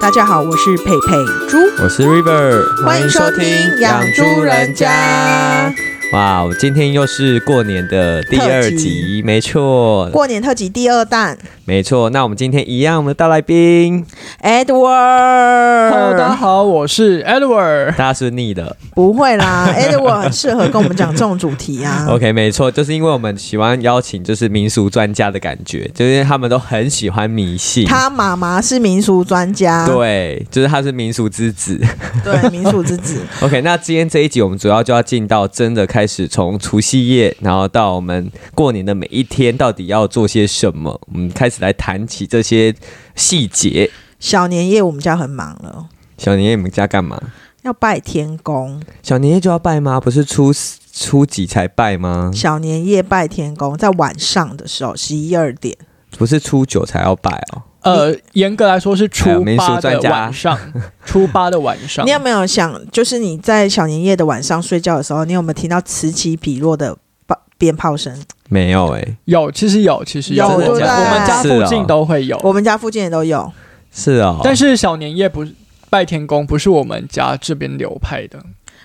大家好，我是佩佩猪，我是 River，欢迎收听养猪人家。哇，今天又是过年的第二特集辑，没错，过年特辑第二弹没错。那我们今天一样，我们的大 来宾， ，Edward。 Hello，大家好，我是 Edward。大家是腻的、不会啦 ，Edward 很适合跟我们讲这种主题 啊。 o k 没错，就是因为我们喜欢邀请就是民俗专家的感觉，就是因为他们都很喜欢迷信。他妈妈是民俗专家，对，就是他是民俗之子。对，民俗之子。 OK，那今天这一集我们主要就要进到真的开始从除夕夜，然后到我们过年的每一天，到底要做些什么？我们开始来谈起这些细节。小年夜我们家很忙了，小年夜你们家干嘛？要拜天公。小年夜就要拜吗？不是初四初几才拜吗？小年夜拜天公，在晚上的时候，十一二点。不是初九才要拜哦。呃，严格来说是哎呀初民俗八的专家晚上， 初八的晚上你。有没有想，就是你在小年夜的晚上睡觉的时候，你有没有听到此起彼落的爆鞭炮声？没有哎、有，其实有，其实有啊我真的们假的我们家是附哦近都会有。我们家附近也都有。是哦。啊但是小年夜不是拜天公，不是我们家这边流派的。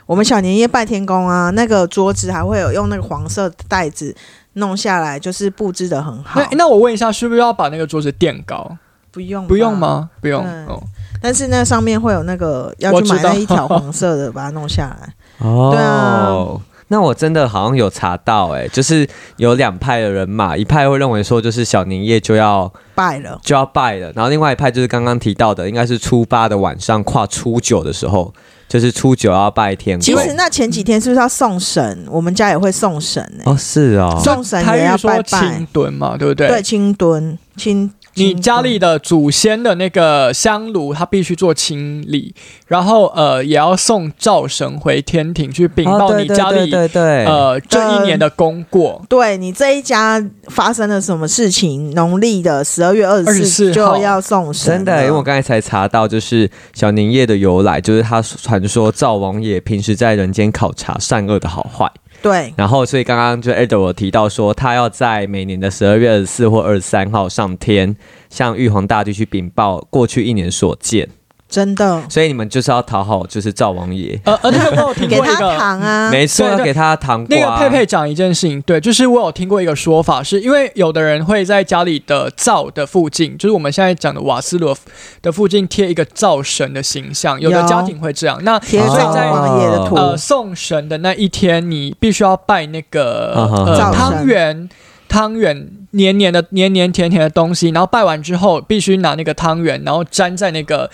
我们小年夜拜天公啊，那个桌子还会有用那个黄色袋子弄下来，就是布置的很好那。那我问一下，是不是要把那个桌子垫高？不用吧不用？吗？不用。嗯哦，但是那上面会有那个要我去知买那道一条黄色的，把它弄下来。哦，对啊那我真的好像有查到哎、就是有两派的人嘛，一派会认为说就是小年夜就要拜 了，就要拜了，然后另外一派就是刚刚提到的，应该是初八的晚上跨初九的时候，就是初九要拜天公。其实那前几天是不是要送神？我们家也会送神欸呢、哦是哦，送神台也要语拜拜说清。蹲嘛，对不嗯对？对，清蹲清。你清家蹲里的祖先的那个香炉，它必须做清理，然后呃，也要送灶神回天庭去禀哦报对你家里、对对对对呃这一年的功过。对你这一家发生了什么事情？农历的十二月二十四24就号要送神了，真嗯的，因为我刚才才查到，就是小年夜的由来，就是他传说灶王爷平时在人间考察善恶的好坏，对然后所以刚刚就 Edward 提到说，他要在每年的十二月二十四或二十三号上天，向玉皇大帝去禀报过去一年所见，真的所以你们就是要讨好就是灶王爷，呃，而且 我有听给过一他个。糖啊，没错，对要对给他糖瓜。那个佩佩讲一件事情，对，就是我有听过一个说法，是因为有的人会在家里的灶的附近，就是我们现在讲的瓦斯炉的附近贴一个灶神的形象，有的有家庭会这样。那贴哦着灶王爷的图，呃，送神的那一天，你必须要拜那个、嗯哼呃灶神汤圆，汤圆黏黏的、黏黏甜甜的东西，然后拜完之后，必须拿那个汤圆，然后粘在那个。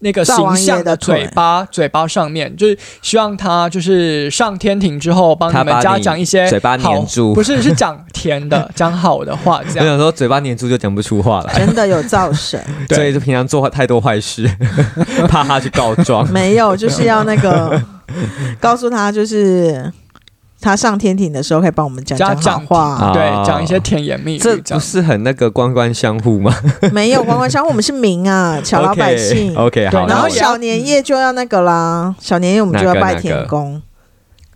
那个灶王爷形象的腿嘴巴，嘴巴上面，就是希望他就是上天庭之后，帮他你把们家你讲一些嘴巴好黏住不是是讲甜 的，讲好的话，这我样想说，嘴巴黏住就讲不出话 来，真的有灶神，对所以就平常做太多坏事， 怕他去告 状。没有就是要那 个告诉他，就是他上天庭的时候可以帮我们讲加好讲话，啊对，讲一些甜言蜜语，这样不是很那个官官相护吗？没有官官相护，我们是民 啊，小老百姓。 OK，, o 对好。然那后我也小年夜就要那个啦，小年夜我们就要拜天公，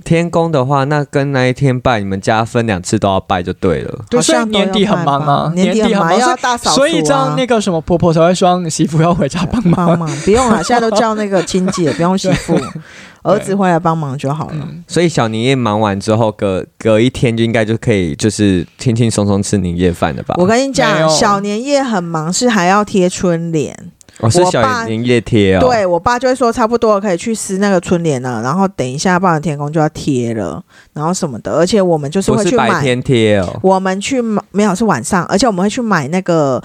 天公的话，那跟那一天拜，你们家分两次都要拜就对了。对，好所以像都要年底很忙拜啊吧，年底底很很忙，忙，要大扫除啊，所以这样那个什么婆婆才会说让媳妇要回家帮忙。 帮忙不用啊了，现在都叫那个亲戚，不用媳 妇， 儿子回来帮忙就好了。嗯，所以小年夜忙完之后，隔隔一天就应该就可以，就是轻轻松松吃年夜饭了吧？我跟你没讲，有小年夜很忙，是还要贴春联。我哦是我爸小年夜贴哦。，对我爸就会说差不多了可以去撕那个春联了，然后等一下棒的天空就要贴了，然后什么的，而且我们就是不会是去白买，天贴哦。我们去买没有是晚上，而且我们会去买那个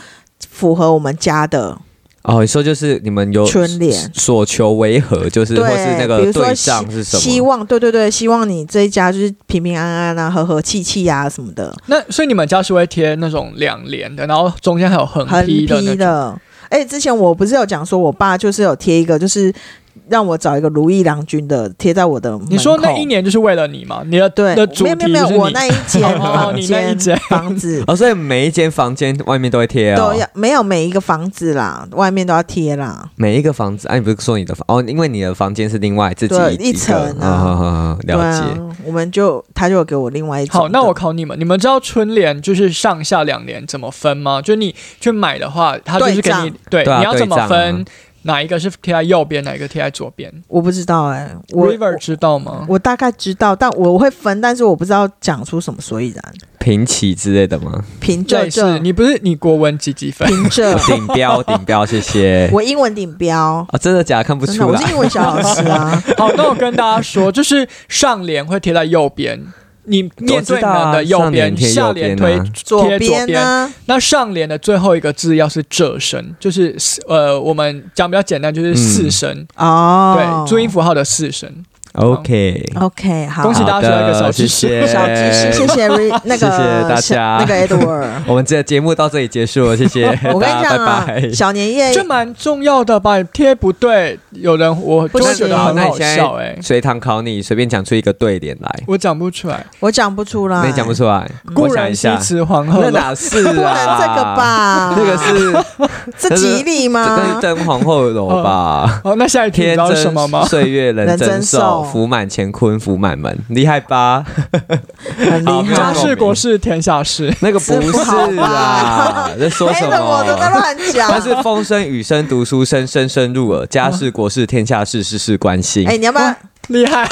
符合我们家的哦，你说就是你们有春联。所求为何，就是或是对，比那个如说对希象是什希么？望，对对对，希望你这一家就是平平安安啊，和和气气啊什么的， 那所以你们家是会贴那种两联的，然后中间还有横横批的那批种。的。哎、之前我不是有讲说，我爸就是有贴一个，就是让我找一个如意郎君的贴在我的门口。你说那一年就是为了你嘛？你的对，的主没题有没就有没有，是我你那一间 哦房你那一间间房 子哦，所以每一间房间外面都会贴哦都，要没有每一个房子啦，外面都要贴啦。每一个房子。哎、你不是说你的房哦？因为你的房间是另外自己对一一层啊个哦好好好对了解。啊，我们就他就有给我另外一种的。好，那我考你们，你们知道春联就是上下两联怎么分吗？就你去买的话，它就是给对你对对啊你要怎么对账啊分？哪一个是贴在右边，哪一个贴在左边我不知道哎、我？River 嗯知道吗？我大概知道，但我会分，但是我不知道讲出什么所以然。平齐之类的吗？凭对，着这是，你不是你国文几 几分？凭 着顶 标，顶标，谢谢。我英文顶标，啊，真的假的？看不真的，出我是来。英文小老师 啊。好，那我跟大家说，就是上联会贴在右边，你面对门的右边，我知道下啊上联贴右边啊联推左贴左边边。呢？那上联的最后一个字要是这声，就是呃，我们讲比较简单，嗯就是四声，哦，对，注音符号的四声。 OK， OK，好，恭喜大家学到一个好的小知识谢谢小知识，谢谢 Re- 那个谢谢大家那个 Edward。我们这节目到这里结束了，谢谢 我跟你大家讲啊拜拜，。小年夜这蛮重要的吧？贴不对，有人我就会觉得很啊那你好现在笑哎、随堂考你，随便讲出一个对联哎来，我讲不出来。我讲不出来，那你讲不出来，固我想然一西下，辞皇后那了，哪是不能啊？这个？吧？这个是这吉利那是吗？真皇后楼吧？哦，那下一题你天知道是什么吗真？岁月人人真真寿寿，福满乾坤福满门，厉害吧？很好厉没有家害那。我事国事天下事，那个不是不好是啊，在说什着我都在么？乱讲。但是风声雨声读书声，声声入耳。家事国事天下事，事事关心。哎，你要不要？厉害！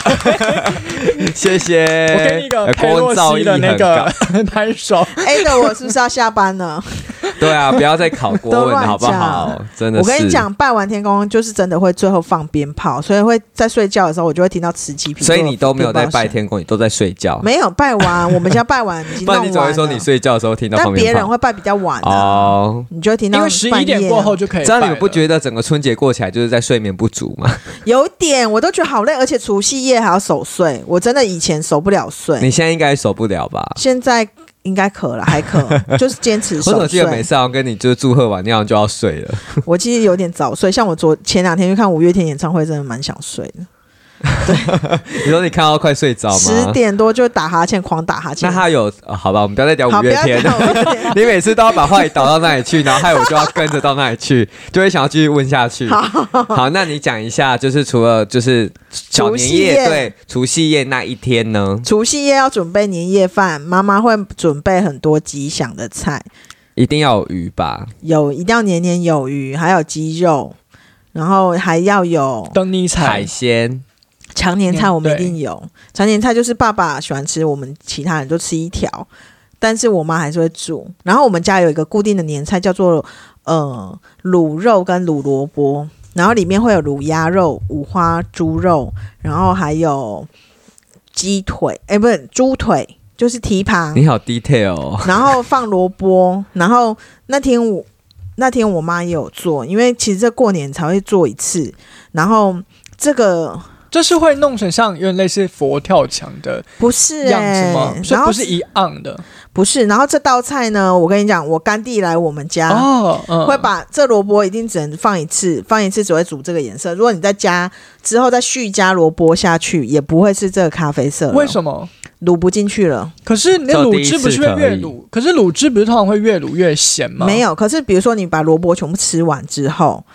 谢谢。我给你一个呃佩洛光噪西音的那很个 拍手。哎，的我是不是要下班了？高对啊，不要再考国文了，好不都乱好？真的我是，跟你讲，拜完天公就是真的会最后放鞭炮，所以会在睡觉的时候，我就会听到此起彼所落的鞭以炮声。你都没有在拜天公，你都在睡觉。没有拜完，我们家拜完已经 不弄完了。然你总会说你睡觉的时候听到但放别鞭人炮。会拜比较晚啊，哦，你就会听到因为十半一夜啊点过后就可以拜了。这样你们不觉得整个春节过起来就是在睡眠不足吗？有点，我都觉得好累，而且除夕夜还要守岁，我真的以前守不了岁，你现在应该受不了吧？现在应该可了，还 可，就是坚持我怎守么记得每岁。次好像跟你就是祝贺完那样就要睡了？我其实有点早睡，像我昨前两天去看五月天演唱会，真的蛮想睡的，你说你看到快睡着吗？十点多就打哈欠，狂打哈欠那。他有、呃好吧？我们不要再聊好，五不月要天讲了。五月天 你每次都要把话题导到那里去，然后害我就要跟着到那里去，就会想要继续问下去。好，那你讲一下，就是除了就是小除年夜夕夜对除夕夜那一天呢， 除夕夜要准备年夜饭，妈妈会准备很多吉祥的菜，一定要有鱼吧？有一定要年年有余，还有鸡肉，然后还要有等你海踩？鲜，常年菜嗯我们一对定有，常年菜就是爸爸喜欢吃，我们其他人就吃一条，但是我妈还是会煮。然后我们家有一个固定的年菜叫做呃卤肉跟卤萝卜，然后里面会有卤鸭肉、五花猪肉，然后还有鸡腿，哎、不是猪腿，就是蹄膀，你好 detail 哦。然后放萝卜，然后那天我那天我妈也有做，因为其实这过年才会做一次，然后这个。这是会弄成像有点类似佛跳墙的不是、样欸、子吗？是然后不是一样的？不是，然后这道菜呢，我跟你讲，我干弟来我们家。哦，嗯会把这萝卜一定只能放一次，放一次只会煮这个颜色。如果你再加之后再续加萝卜下去，也不会是这个咖啡色了。为什么？卤不进去了？可是你的呃这第卤一汁不次是会可越以卤？可是卤汁不是通常会越卤越咸吗？哦没，有。可是比如说你把萝卜全部吃完之后，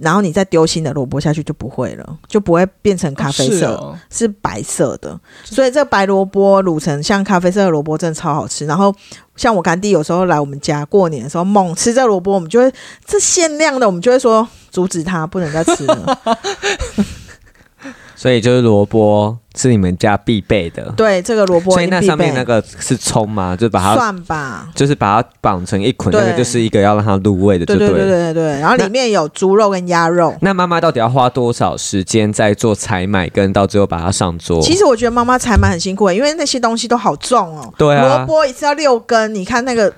然后你再丢新的萝卜下去就不会了，就不会变成咖啡是色，哦是白色的，所以这白萝卜卤成像咖啡色的萝卜真的超好吃。然后像我干弟有时候来我们家过年的时候猛吃这萝卜，我们就会这限量的，我们就会说阻止他不能再吃 了。所以就是萝卜是你们家必备的，对，这个萝卜所一以定那必上面那备。个是葱吗？就把它蒜吧，就是把它绑成一捆，对那个就是一个要让它入味的，对就对对了。哦对对对。然后里面有猪肉跟鸭肉。那妈妈到底要花多少时间在做采买，跟到最后把它上桌？其实我觉得妈妈采买很辛苦、因为那些东西都好重哦。对啊萝卜一次要六根，你看那个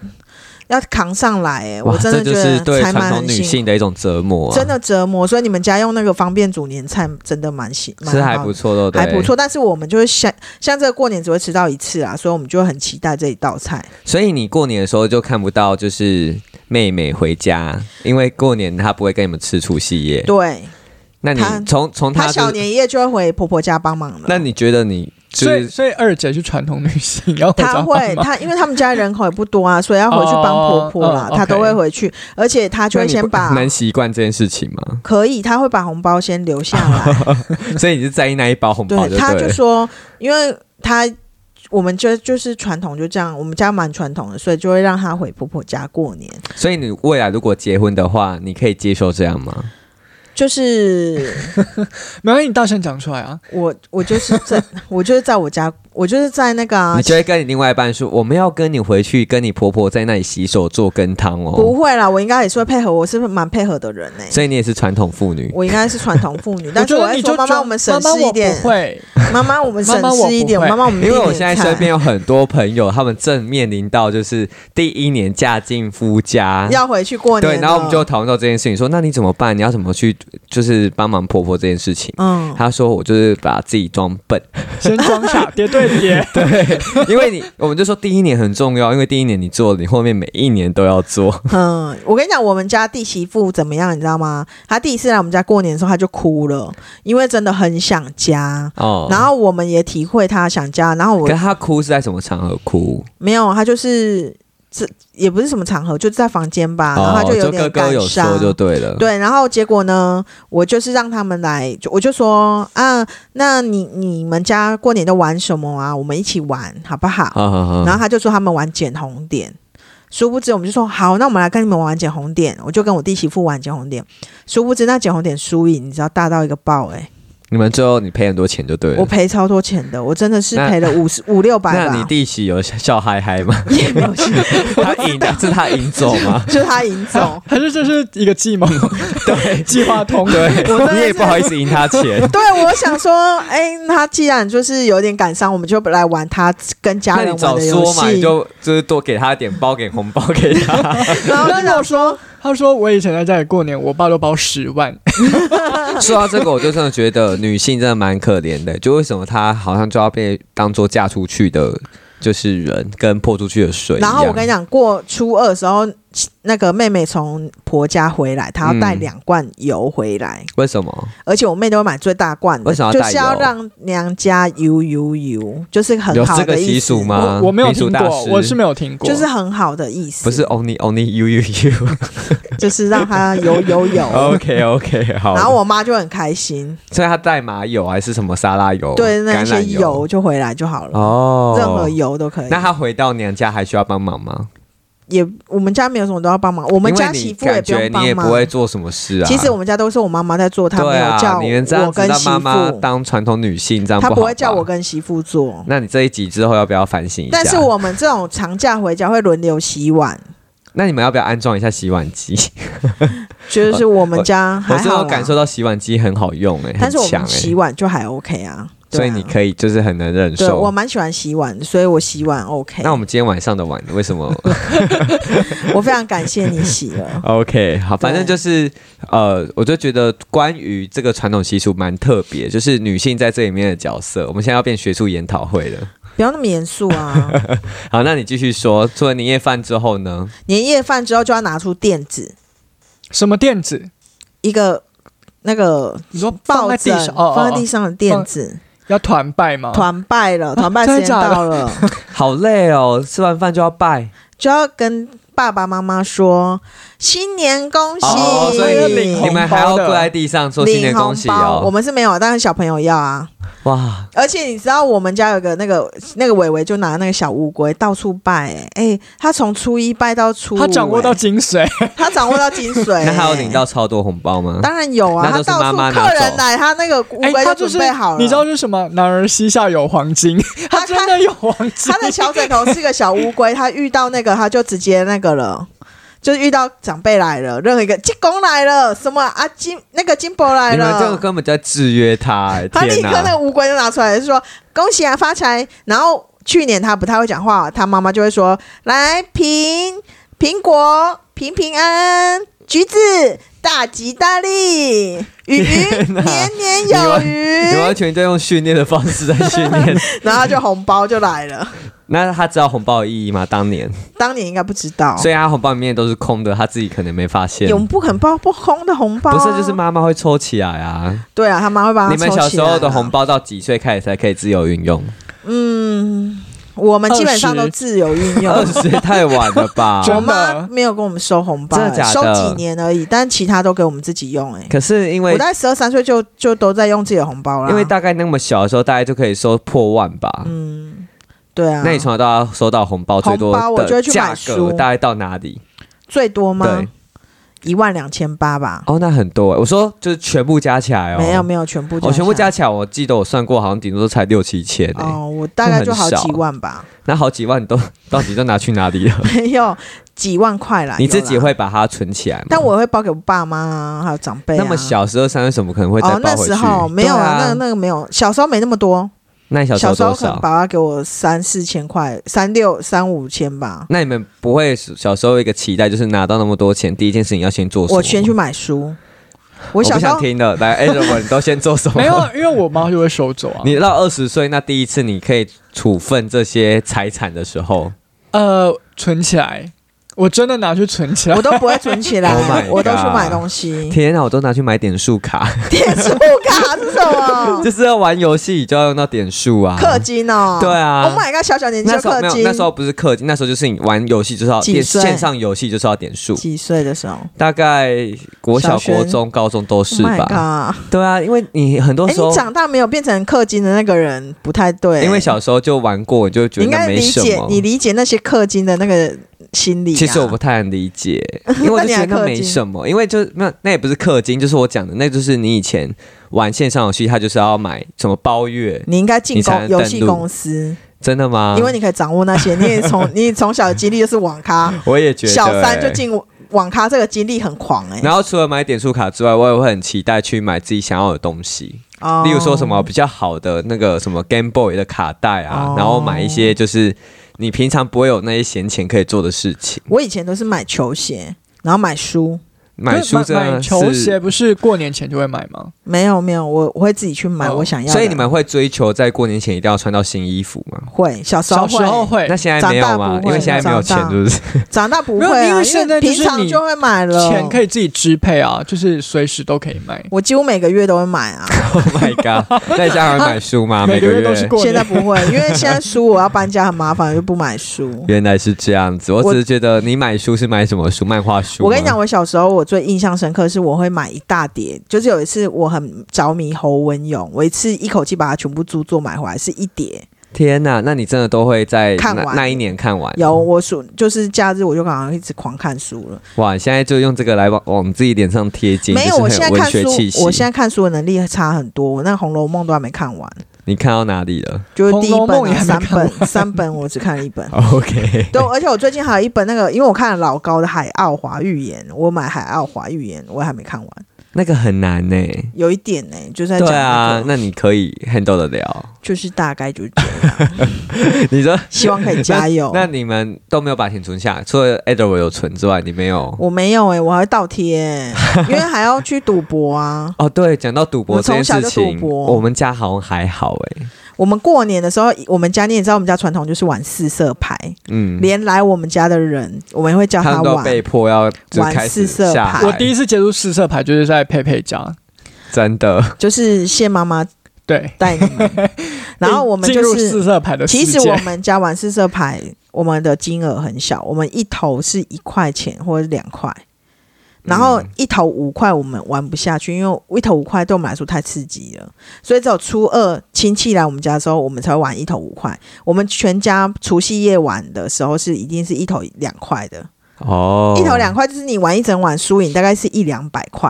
要扛上来、哎，哇，我真的觉这就是得对采买传统很女辛苦。性的一种折磨、啊，真的折磨，所以你们家用那个方便煮年菜真的蛮喜，蛮是还好不错，对不对？还不。错。但是我们就会像像这个过年只会吃到一次啊，所以我们就会很期待这一道菜。所以你过年的时候就看不到就是妹妹回家，因为过年她不会跟你们吃除夕夜。对，那你她从从她她小就是，年夜就会回婆婆家帮忙了。那你觉得你就所以是所以二姐是传统女性，然后她会她因为他们家人口也不多啊，所以要回去帮婆婆啦哦，嗯她都 OK 会回去，而且她就那会你先不 把。能习惯这件事情 吗？可以，她会把红包先留下来。所以你是在意那一包红包对，就她对就了。说，因为她我们就就是传统就这样，我们家蛮传统的，所以就会让她回婆婆家过年。所以你未来如果结婚的话，你可以接受这样吗？就是没关系，你大声讲出来啊！ 我，我就是在，我就是在我家，我就是在那个、啊你，就会跟你另外一半说，我们要跟你回去，跟你婆婆在那里洗手做羹汤不哦。会啦，我应该也是会配合，我是蛮配合的人呢、所以你也是传统妇女，我应该是传统妇 女，我但是觉我得会你说就妈妈，装我们省事一妈妈我点不，会，妈妈，我们省妈妈我事一点，不会妈妈，我们因为我现在点身菜边有很多朋友，他们正面临到就是第一年嫁进夫家，要回去过年啊对，了，然后我们就讨论到这件事情，说那你怎么办？你要怎么去就是帮忙婆婆这件事情？嗯，他说我就是把自己装笨，先装傻，叠对 叠。对， 因为你我们就说第一年很重要，因为第一年你做了，你后面每一年都要做。嗯，我跟你讲，我们家弟媳妇怎么样，你知道吗？她第一次来我们家过年的时候，她就哭了，因为真的很想家。哦，然后我们也体会她想家，然后我可是他哭是在什么场合哭？没有，她就是这也不是什么场合，就是在房间吧，然后她哦，有哥点哥感有伤说。就对了。对，啊然后结果呢，我就是让他们来，就我就说啊，那你你们家过年都玩什么啊？我们一起玩好不好？好嗯好好，然后他就说他们玩捡红点，殊不知我们就说好，那我们来跟你们玩捡红点。我就跟我弟媳妇玩捡红点，殊不知那捡红点输赢，你知道大到一个爆哎、你们最后你赔很多钱就对我了。赔超多钱的，我真的是那赔了五十五六百那你吧，弟媳有笑嗨嗨吗？也没有钱，他赢的是他赢走吗 ？就他赢走。还是这是一个计谋， 对计划通。真的对，你也是。不好意思赢他钱对，我想说，哎、他既然就是有点感伤，我们就来玩他跟家那人你玩早的游说嘛，你戏。就就是多给他一点包给红包给他。 然后那如果说，他说我以前在家里过年，我爸都包十万，说到这个，我就真的觉得女性真的蛮可怜的，就为什么她好像就要被当做嫁出去的，就是人跟泼出去的水一然样。后我跟你讲，过初二的时候，那个妹妹从婆家回来，她要带嗯两罐油回来。为什么？而且我妹都会买最大罐的，为什么要就带是要油让娘家油油油，就是很有好这的个意习思俗？吗？我我没有民俗听大过，师我是没有听过，就是很好的意思，不是 only only you you you？ 就是让她油油油。 OK OK，好。哦然后我妈就很开心，所以他带麻油还是什么沙拉油？对那哦橄榄些油就回来就好了，哦，任何。油都可以。那他回到娘家还需要帮忙吗？也我们家没有什么都要帮忙，我我们家媳妇也感不觉用你帮也忙不。会做什么事啊。其实我们家都是我妈妈在做，她没对有叫啊，你们这样我子跟让媳妈妈妇，当传统女性这样她好不会叫吧我跟媳妇做。那你这一集之后要不要反省一 下？但是，我们这种长假回家会轮流洗碗，那你们要不要安装一下洗碗机？就是我们家我还真好的啦感受到洗碗机很好用哎、欸，但是我很强们哎、洗碗就还 OK 啊，对所啊以你可以就是很能忍对我受。蛮喜欢洗碗的，所以我洗碗 OK。那我们今天晚上的碗为什 么。我非常感谢你洗了？OK，好，反正就是呃，我就觉得关于这个传统习俗蛮特别，就是女性在这里面的角色。我们现在要变学术研讨会了。不要那么严肃啊！ 好，那你继续说，做了年夜饭之后呢？年夜饭之后就要拿出垫子，什么垫子？一个那个你说放抱在地枕上，哦，放在地上上的垫子，要团拜啊吗？团拜 了，团拜真的时间假的到了，好累哦，吃完饭就要拜。就要跟爸爸妈妈说新年恭喜，哦，所要以你领红你们还要包的跪在地上说新年领恭红喜包。我哦！们是没有，但是小朋友要啊。哇，而且你知道，我们家有个那个那个伟伟就拿那个小乌龟到处拜、欸，哎、他从初一拜到初五、他掌握到欸精髓，他掌握到精髓、 那还有领欸到超多红包吗？当然有啊，那他都是到妈处妈拿客人走来，他那个乌哎，龟他就准是备好了。你知道是什么？男儿膝下有黄金，他他真的有黄 金他。的小枕头是个小乌龟，他遇到那个他就直接那个了。就是遇到长辈来了，任何一个济公来了，什么啊金那个金伯来你们这个了，根本就在制 约他、哎他立天刻那哪！个乌龟就拿出来，就说恭喜啊发财。然后去年他不太会讲话，他妈妈就会说来平苹果平平安安，橘子大吉大利，鱼 鱼年年有余，你完全在用训练的方式在训 练。然后就红包就来了。那他知道红包的意义吗？当年，当年应该不知道，所以他红包里面都是空的，他自己可能没发现永。不肯包不空的红包、不是，就是？妈妈会抽起来啊！对啊啊，他妈会把它你们小时候的红包，包到几岁开始才可以自由运用？嗯，我们基本上都20自由运用二。十太晚了 吧？我真妈的没有跟我们收红包、真的假的收几年而已，但其他都给我们自己用、欸。可是因我为大概十二三岁就就都在用自己的红包啦。因为大概那么小的时候，大概就可以收破万吧。嗯，对啊，那你从小到大收到红包最多红包我就的会去买价格书大概到哪里？最多吗对？，一万两千八吧？哦，那很多、欸。我说就是全部加起来哦，没有没有，全部我、哦、全部下来加起来，我记得我算过，好像顶多才六七千诶、哦，我大概就好很少几万吧，那好几万你都到底都拿去哪 里了？没有几万块啦。你自己有啦，会把它存起来吗？但我会包给我爸妈啊，还有长辈、啊。那么小时候三岁，怎么可能会再哦，包那回去？时候没有对那啊个，那个没有，小时候没那么多，那你小时小候时候多可能少？爸爸给我三四千块，三六三五千吧。那你们不会小时候有一个期待，就是拿到那么多钱，第一件事情要先做什么？我先去买书，我不小时想候听了，来，艾 伦，你都先做什么？没有，啊因为我妈就会收走啊。 你到二十岁那第一次你可以处分这些财产的时候，呃，存起来，我真的拿去存起来我。都不会存起 Oh my 来， God 我都去买东西。天啊哪，我都拿去买点数卡， 点数卡是什么？就是要玩游戏就要用到点数啊。氪金哦。对啊，Oh my god，小小年纪那就时候没氪有，金。那时候不是氪金，那时候就是你玩游戏就是要几点岁线上游戏就是要点数，几岁的时候大概国小、小学国中、高中都是？Oh my 吧？ god！对啊，因为你很多哎，时候你，长大没有变成氪金的那个人，不太对。因为小时候就玩过，你就觉你应得该没理什解么，。你理解那些氪金的那个心理啊。其实我不太能理 解，因为我就觉得那没什么，因为就那那也不是氪金，就是我讲的，那就是你以前玩线上游戏，它就是要买什么包月，你应该进你才能公游登录戏公司，真的啊吗？因为你可以掌握那些。你也 从你从小的经历就是网咖，我也觉得、欸小三就。进网咖，这个经历很狂哎。然后除了买点数卡之外，我也会很期待去买自己想要的东西，哦例如说什么比较好的那个什么 Game Boy 的卡带啊，哦然后买一些就是你平常不会有那些闲钱可以做的事情。我以前都是买球鞋，然后买书。买书真买的球是鞋不是过年前就会买吗？没有没有，我我会自己去买哦我想要的。所以你们会追求在过年前一定要穿到新衣服吗？会小时小候时候会那，现在没有长吗大？不因会为现在没有钱长，大是不 是？长大不会、没有啊，因为为现在就是平常你就会买了，钱可以自己支配啊，就是随时都可以买。我几乎每个月都会买啊， Oh my god！那你家还会买书吗？ 每个个月都是过现在。年不会，因为现在书我要搬家很麻烦，我就不买书。原来是这样子，我只是觉得你买书是买什么书？漫画书吗？我跟你讲，我小时候我最印象深刻是我会买一大叠，就是有一次我很着迷侯文勇，我一次一口气把它全部著作买回来，是一叠。哎天哪，那你真的都会在看那完那一年看完？有嗯我暑就是假日我就好像一直狂看书了，哇！现在就用这个来往往自己脸上贴金，没有，就是我现在很有看文学气息书，我现在看书的能力差很多，我那《红楼梦》都还没看完。你看到哪里 了。就是第一红楼本梦也啊、还没三看本， 三本我只看了一本？OK，对，而且我最近还有一本那个，因为我看了老高的《海奥华预言》，我买《海奥华预言》，我还没看完， 那个很难呢、有一点呢、就是在讲、对啊那，个那你可以 handle 得 了。就是大概就是这样，你说。希望可 以 加油那你们都没有把钱存下来，除了 Edward 有存之外，你没有？我没有哎、我还会倒贴、欸因 为还要去赌博啊。哦，对，讲到赌博我这从件小事就情，赌博我们家好像还好哎、我们过年的时候，我们家你也知道，我们家传统就是玩四色牌，嗯，连来我们家的人，我们也会叫他们都玩。被迫要就玩开始四色下牌海我第一次接触四色牌就是在佩佩家，真的，就是谢妈妈对，带你 们，然后我们进就入是四色牌的世界。其实我们家玩四色牌，我们的金额很小，我们一头是一块钱或者两块，然后嗯一头五块我们玩不下去，因为一头五块对我们来说太刺激了，所以只有初二亲戚来我们家的时候，我们才会玩一头五块。我们全家除夕夜玩的时候是一定是一头两块的，哦，一头两块就是你玩一整晚输赢大概是一两百块，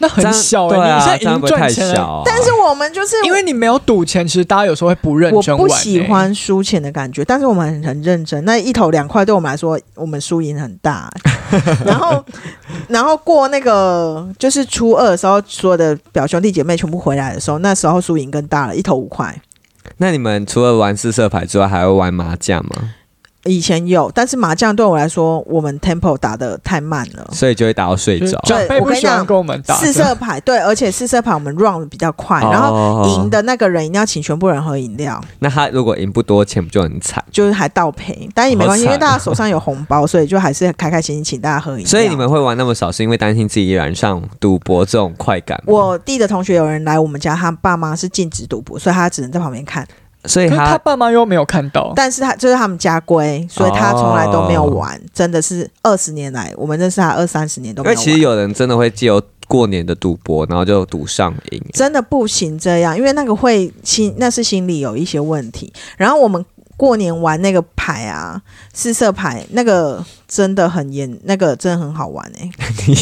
那很小这样对哎、你啊，现在已这样经不会太赚钱小了，啊、但是我们就是因为你没有赌钱，其实大家有时候会不认我真玩、欸不欸喜，欢输钱的感觉，但是我们很很认真。那一头两块对我们来说，我们输赢很 大、然后，然后过那个就是初二的时候，所有的表兄弟姐妹全部回来的时候，那时候输赢更大了，一头五块。那你们除了玩四色牌之外，还会玩麻将吗？以前有，但是麻将对我来说，我们 tempo 打的太慢了。所以就会打到睡就是着。长辈对我不跟你喜欢讲跟我们打四色牌对，而且四色牌我们 run 比较快，哦哦然后后赢，的那个人一定要请全部人喝饮料，那他如果赢不多，钱不就很惨？就是还倒赔，但也没关系，好因惨为大家手上有红包，所以就还是开开心心请大家喝饮料。所以你们会玩那么少，是因为担心自己染上赌博这种快感吗？我弟的同学有人来我们家，他爸妈是禁止赌博，所以他只能在旁边看。所以可是他他爸妈又没有看哦到，但是他这、是他们家规，所以他从来都没有玩。真的是二十年来，我们认识他二三十年都因没为有玩。其实有人真的会借由过年的赌博，然后就赌上 瘾。真的不行这样，因为那个会心那是心理有一些问题。然后我们过年玩那个牌啊，四色牌那个真的很严，那个真的很好玩哎、你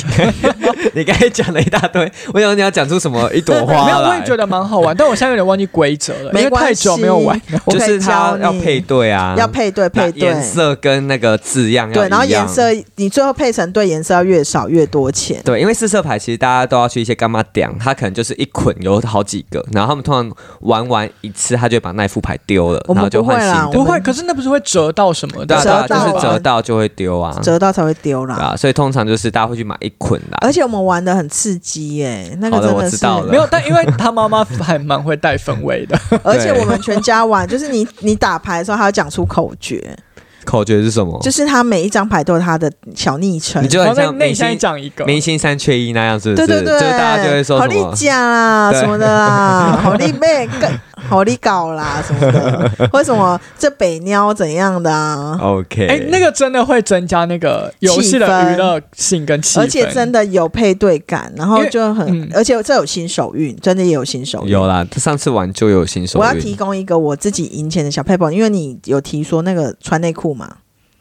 你刚才讲了一大堆，我想你要讲出什么一朵花 没有，我来也？觉得蛮好玩，但我现在有点忘记规则了，因没为关太系，久没有玩。我就可以是教它你要配对啊，要配对配对颜色跟那个字样要对，然后一样颜色你最后配成对颜色要越少越多钱。对，因为四色牌其实大家都要去一些干嘛点，它可能就是一捆有好几个，然后他们通常玩完一次，他就会把那一副牌丢了，我们然后就换不会新啦的。我不们会，可是那不是会折到什么对的？啊，对折到啊，就是啊折到就会丢啊，对折到才啊会丢啦。啊，所以通常就是大家会去买一捆啦。而且我们玩的很刺激耶、那个好的真我知是道了没有，但因为他妈妈还蛮会带氛围 的，而且对我们全家玩， 就是你你打牌的时候，还要讲出口诀，口诀是什么？就是他每一张牌都有他的小昵称你。就然后很在像内明心星讲一个，明星三缺一那样，是不对是？对对，就是大家就会说好什利么？假啦对什么的啦，好利妹更好利搞啦什么 的，为什么这北喵怎样的啊？ OK，哎，那个真的会增加那个游戏气的氛娱乐性跟气氛，而且真的有配对感，然后就因为很嗯，而且这有新手运，真的也有新手运。有啦，上次玩就有新手我要运提供一个我自己赢钱的小 paper，因为你有提说那个穿内裤嘛，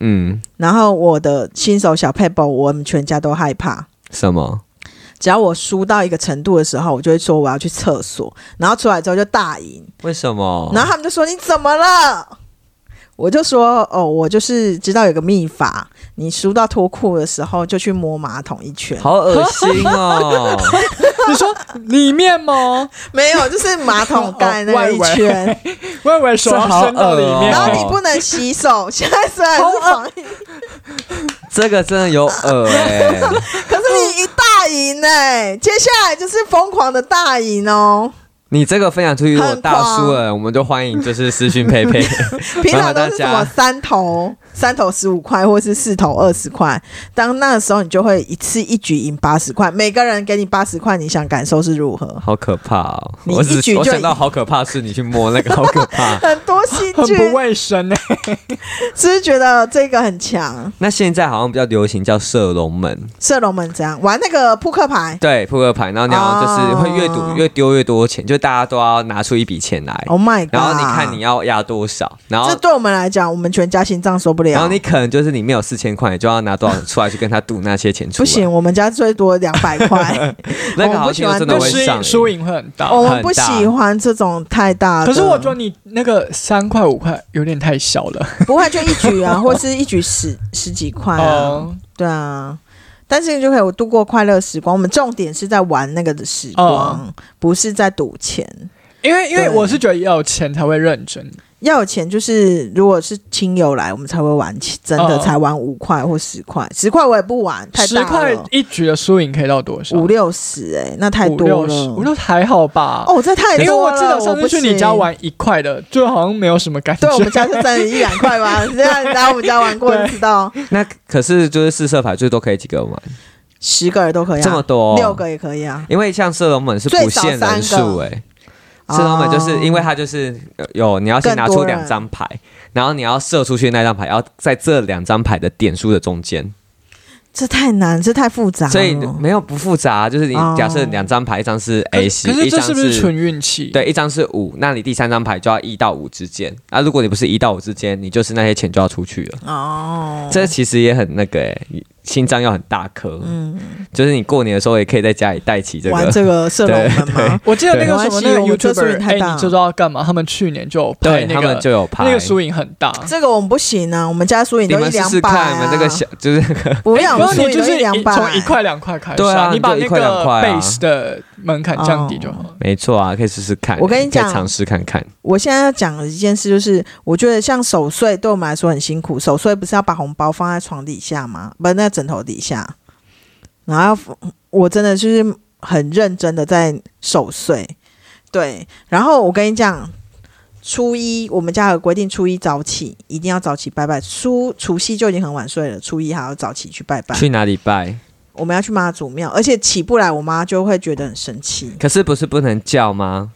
嗯，然后我的新手小 paper，我们全家都害怕。什么？只要我输到一个程度的时候，我就会说我要去厕所，然后出来之后就大赢，为什么？然后他们就说你怎么了？我就说哦，我就是知道有个秘法，你输到脱裤的时候就去摸马桶一圈，好恶 心哦！你说里面吗？没有，就是马桶盖那哦个一圈，我以为手要伸到里然面，这好恶后哦你不能洗手。现在虽然是防疫，这个真的有 恶哎、可是你一大赢哎、接下来就是疯狂的大赢哦。你这个分享出去，如果很大狂叔了，我们就欢迎就是私讯 佩佩。平常都是什麻么烦大家三头三头十五块，或是四头二十块。当那个时候，你就会一次一局赢八十块，每个人给你八十块，你想感受是如 何？好可怕哦！你我一只举我就想到好可怕是你去摸那个，好可 怕。很多细很菌不，卫生哎。只是觉得这个很强。那现在好像比较流行叫射龙门，射龙门怎样玩那个扑克牌？对扑克牌，然后你好像就是哦会越赌越丢越多钱，就大家都要拿出一笔钱来， Oh my god！然后你看你要压多少，然这后对我啊们来讲，我们全家心脏受不了。然后你可能就是里面有四千块，你就要拿多少出来去跟他赌那些钱出来。不行，我们家最多两百 块，那个我好不像喜欢真的那赌会输上哦赢瘾输赢会很大。我们不喜欢这种太大的。可是我觉得你那个三块五块有点太小了。不会就一局啊，或是一局十十几块啊，哦对啊。但是就可以我度过快乐时光。我们重点是在玩那个时哦光，不是在赌钱。因为因为对我是觉得要有钱才会认真，要有钱，就是如果是亲友来，我们才会玩，真的哦才玩五块或十块，十块我也不玩，太十大块了，一局的输赢可以到多少？五六十哎，那太五多六了。十，五六十还好吧？哦，这太因为多我了，记得上次不去你家行玩一块的，就好像没有什么感觉对，。我们 家是真的一两块吧？这样你来我们家玩过，你知道，那可是就是四色牌最多可以几个人玩？十个人都可以、啊，这么多哦六个也可以啊。因为像射龙门是不限人最少三数个哎、射龙门就是因为哦它就是有有你要先拿更出多人两张牌，然后你要射出去那张牌，要在这两张牌的点数的中间，这太难，这太复杂了。所以没有不复杂，就是你哦假设两张牌，一张哎是可 A 是十，可是一这张是不是纯运气？对，一张是五，那你第三张牌就要一到五之间啊。如果你不是一到五之间，你就是那些钱就要出去了。哦，这其实也很那个哎、心脏要很大颗，嗯，就是你过年的时候也可以在家里带起这玩个，这个射龙门吗？我记得那个什么那个没关系我们这输赢 YouTuber，太哎，大你就知道干嘛？他们去年就有拍 对那他们个就有牌那个输赢很大。这个我们不行啊，我们家输赢你都一们试两试百、啊。看，你们这个小就是那 个不 要，我然后们输你赢就都是一两一百，从一块两块开始对啊你把你就那一块两个块啊 base 的门槛降低就好哦了。没错啊，可以试试看。我跟你讲可以尝试看看。我现在要讲的一件事就是，我觉得像守岁对我们来说很辛苦。守岁不是要把红包放在床底下吗？不是，那枕头底下。然后我真的就是很认真的在守岁，对。然后我跟你讲，初一我们家有规定，初一早起一定要早起拜拜。初除夕就已经很晚睡了，初一还要早起去拜拜。去哪里拜？我们要去妈祖庙，而且起不来，我妈就会觉得很生气。可是不是不能叫吗？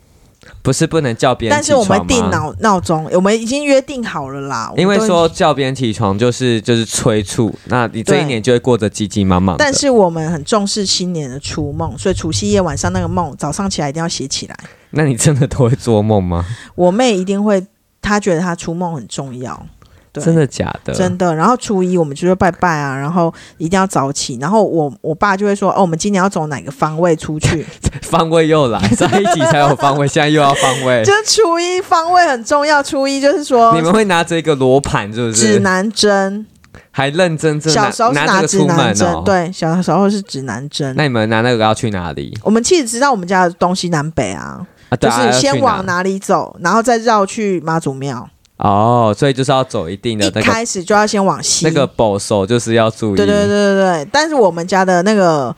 不是不能叫别人但起是床我吗？们定闹闹钟，我们已经约定好了啦。我们因为都已说叫别人起床就是就是催促，那你这一对年就会过得急急忙忙的。但是我们很重视新年的初梦，所以除夕夜晚上那个梦，早上起来一定要写起来。那你真的都会做梦吗？我妹一定会，她觉得她初梦很重要，对真的假的？真的。然后初一我们就会拜拜啊，然后一定要早起。然后我我爸就会说，哦，我们今年要走哪个方位出 去？方位 又来，在一起才有方位，现在又要方位就。是初一方位很重要。初一就是说 你们会拿着一个罗盘是不指是？南针，还认真真小拿时候是拿这个指出南门针，哦。对，小时候是指南针。那你们拿那个要去哪里？我们其实知道我们家的东西南北啊，啊，就对啊是先往？要去哪里走，然后再绕去妈祖庙。哦，所以就是要走一定的一那个开始就要先往西。那个保守，就是要注意。对对对对对，但是我们家的那个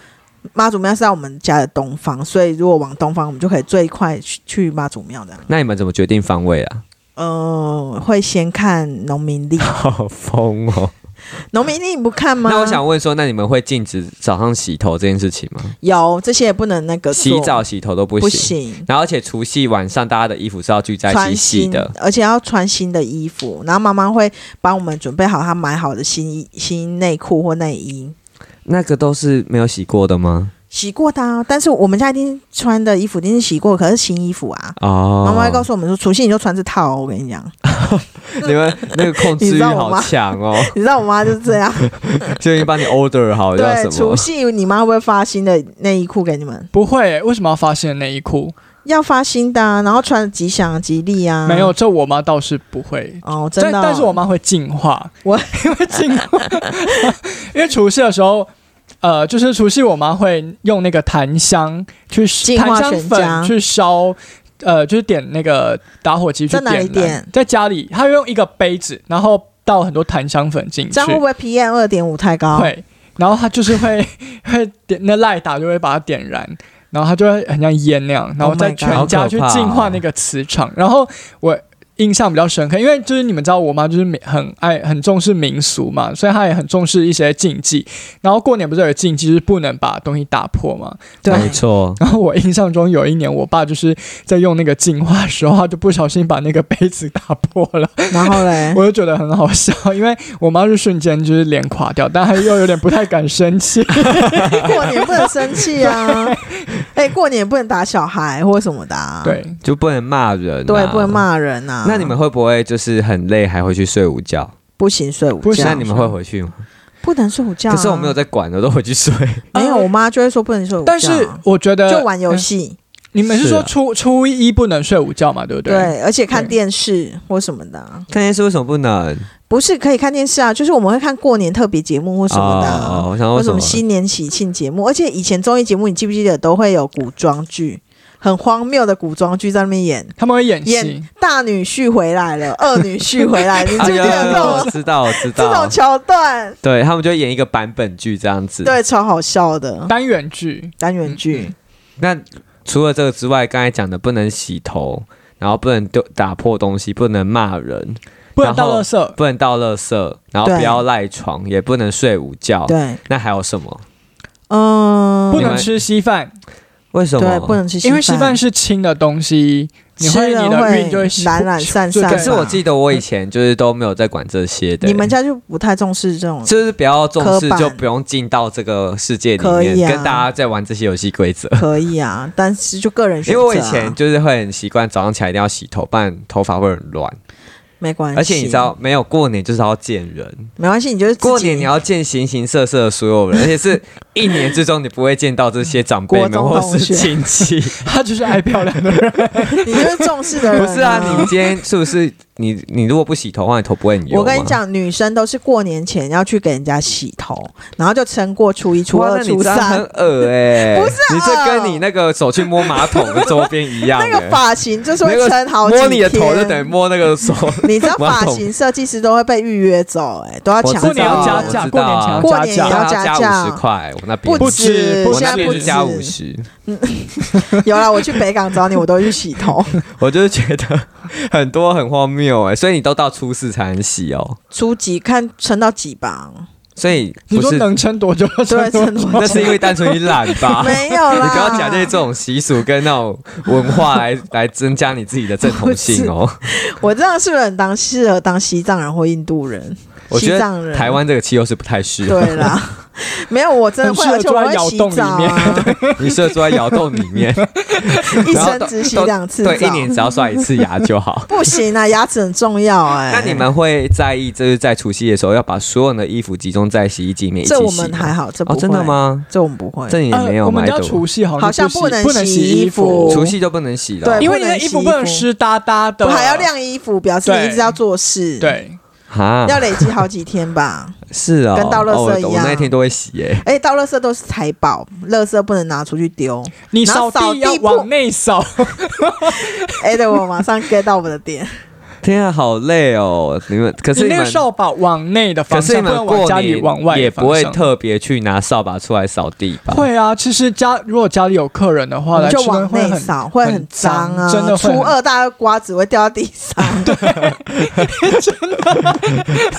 妈祖庙是在我们家的东方，所以如果往东方，我们就可以最快去去妈祖庙的。那你们怎么决定方位啊？嗯、会先看农民 历，好疯哦！农民历你不看吗？那我想问说，那你们会禁止早上洗头这件事情吗？有这些也不能那个做洗澡、洗头都不不行。行，然后，而且除夕晚上大家的衣服是要聚在一穿起洗新的，，而且要穿新的衣服，然后妈妈会帮我们准备好她买好的新衣、新内裤或内衣。那个都是没有洗过的吗？洗过的、啊，但是我们家一定穿的衣服一定是洗过，可是新衣服啊，哦，妈妈会告诉我们说，除夕你就穿这套、哦。我跟你 讲，你们那个控你制知欲道我好吗强哦，你知道我妈就是这样，就已经帮你 order 好要对，什除么。夕你妈会不会发新的内衣裤给你们？不会、为什么要发现内衣裤？要发新的、啊，然后穿得吉祥吉利啊。没有，这我妈倒是不会。哦，真的哦、但但是我妈会进化， 我因为进化， 因为除夕的时候，呃，就是除夕我妈会用那个檀香去净檀化香全家粉去烧。呃，就是点那个打火机去在哪里点燃点，在家里，她会用一个杯子，然后倒很多檀香粉进去，这样会不会 PM 二点五太高？会，然后他就是会 会点那赖打就会把它点燃，然后它就会很像烟那样，然后 Oh my 再 God 全家去净化那个磁场。然后我印象比较深刻，因为就是你们知道我妈就是民很爱很重视民俗嘛，所以她也很重视一些禁忌。然后过年不是有禁忌，就是不能把东西打破嘛。对，没错，然后我印象中有一年，我爸就是在用那个净化的时候，他就不小心把那个杯子打破了。然后 嘞，我就觉得很好笑， 因为我妈是瞬间就是脸垮掉，但她又有点不太敢 生气。啊过年不能生气啊！哎、过年也不能打小孩或什么的、啊。 对，就不能骂人、啊，对，不能。骂人啊。那你们会不会就是很累还会去睡午觉？不行睡午不觉，行那你们会回去吗？不能睡午觉、啊。可是我没有，在呃管的，我都回去睡。没有，我妈就会说不能睡午觉。但是我觉呃得啊嗯就玩游戏，你们是是说啊初初一不能睡午觉嘛，对呃不对？对，而且看对电视或什么的啊，看电视为什么不能？不是可以看电视啊，就是我们会看过年特别节目或什么的啊、哦，我想或为什什么么？新年喜庆节目，而且以前综艺节目，你记不记得都会有古装剧，很荒谬的古装剧在那边演，他们会演戏演，大女婿回来 了，二女婿回来，你记啊不记有得有这有我种知道，我知这道种。桥段？对他们就演一个版本剧这样子。，对，超好笑嗯的单元剧。单元剧。那除了这个之外，刚才讲的不能洗头，然后不能丢打破东西，不能骂人，不能然到后垃圾，不能倒垃圾，然后对不要赖床，也不能睡午觉。对，那还有什么？嗯，不你能们吃稀饭，为什么？对，不能吃稀饭，因为稀饭是轻的东西，你吃会了你的运就会稀懒懒散散。可对是我记得我以前就是都没有在管这些的、你们家就不太重视这种，就是不要重刻，视板就不用进到这个世界里可以面，啊跟大家在玩这些游戏规则。可以啊，但是就个人选因择、为啊。我以前就是会很习惯早上起来一定要洗头，不然头发会很乱。没关系，而且你知道，没有过年就是要见人，没关系，你就是自己过年你要见形形色色的所有人，而且是一年之中你不会见到这些长辈们国中或同是学亲 戚。他就是爱漂亮的人， 你就是重视的人、不是啊，你今天是不是你你如果不洗头的话，你头不会很油吗？我跟你讲，女生都是过年前要去给人家洗头，然后就撑过初一、初哇，二、那你初真的很三。恶哎、不是呃你这恶跟你那个手去摸马桶的周边一样、欸，那个发型就是那会个撑好几摸天。你的头就等于摸那个手。 你知道马发桶型设计师都会被预约走、哎，都要我抢知走。过年要加道价，我知道过年过年前要加价也。要加加价五十块，我那边不止止，不我现那在边不是止加五十，有啦，我去北港找你，我都会去洗 头。我就是觉得 很多很荒谬哎、所以你都到初四才能洗哦，初几看撑到几吧， 所以你不说是能撑多久就对，啊撑多撑久，多？那是因为单纯你懒 吧没有啦。你不要假借这种习俗跟那种文化来来增加你自己的正统性哦。我这样是不是很当适合当西藏人或印度人？我觉西得藏人台湾这个气候是不太适合。 对啦，没有，我真的会，很而适且合我钻会窑洗洞里澡啊，你适合坐在窑洞里面， 一然后生都只洗都两次对，一澡，。年只要刷一次牙就好不行啊，牙齿很重要 哎、那你们会在意，就是在除夕的时候要把所有人的衣服集中在洗衣机里面一起这洗吗？我们还好，这不哦，会、真的？吗？这我们不会。这你呃没有我们买家的，哦除夕好好像不不洗能不能洗洗衣服除夕就不能洗了。对因为你不的能洗衣衣服服不能湿哒哒的，我还要晾衣服，表示啊对你一直要做事，，对，啊，要累积好几天吧。是啊、哦，跟倒垃圾我一我样那一天都会洗耶、哎，到垃圾都是财宝，垃圾不能拿出去丢。你然扫后扫地地要不往内扫，哎，对，我马上 get 到我的 点。天啊，好累哦！你们 可你是你那个们，扫把往内的可方是你向，不们能往过家里年往外的也方不会向特别去拿扫把出来扫地吧？会啊，其实家如果家里有客人的话，我来们就吃饭往会内很扫，会很很脏啊！真的会很初二大家瓜子会掉到地上，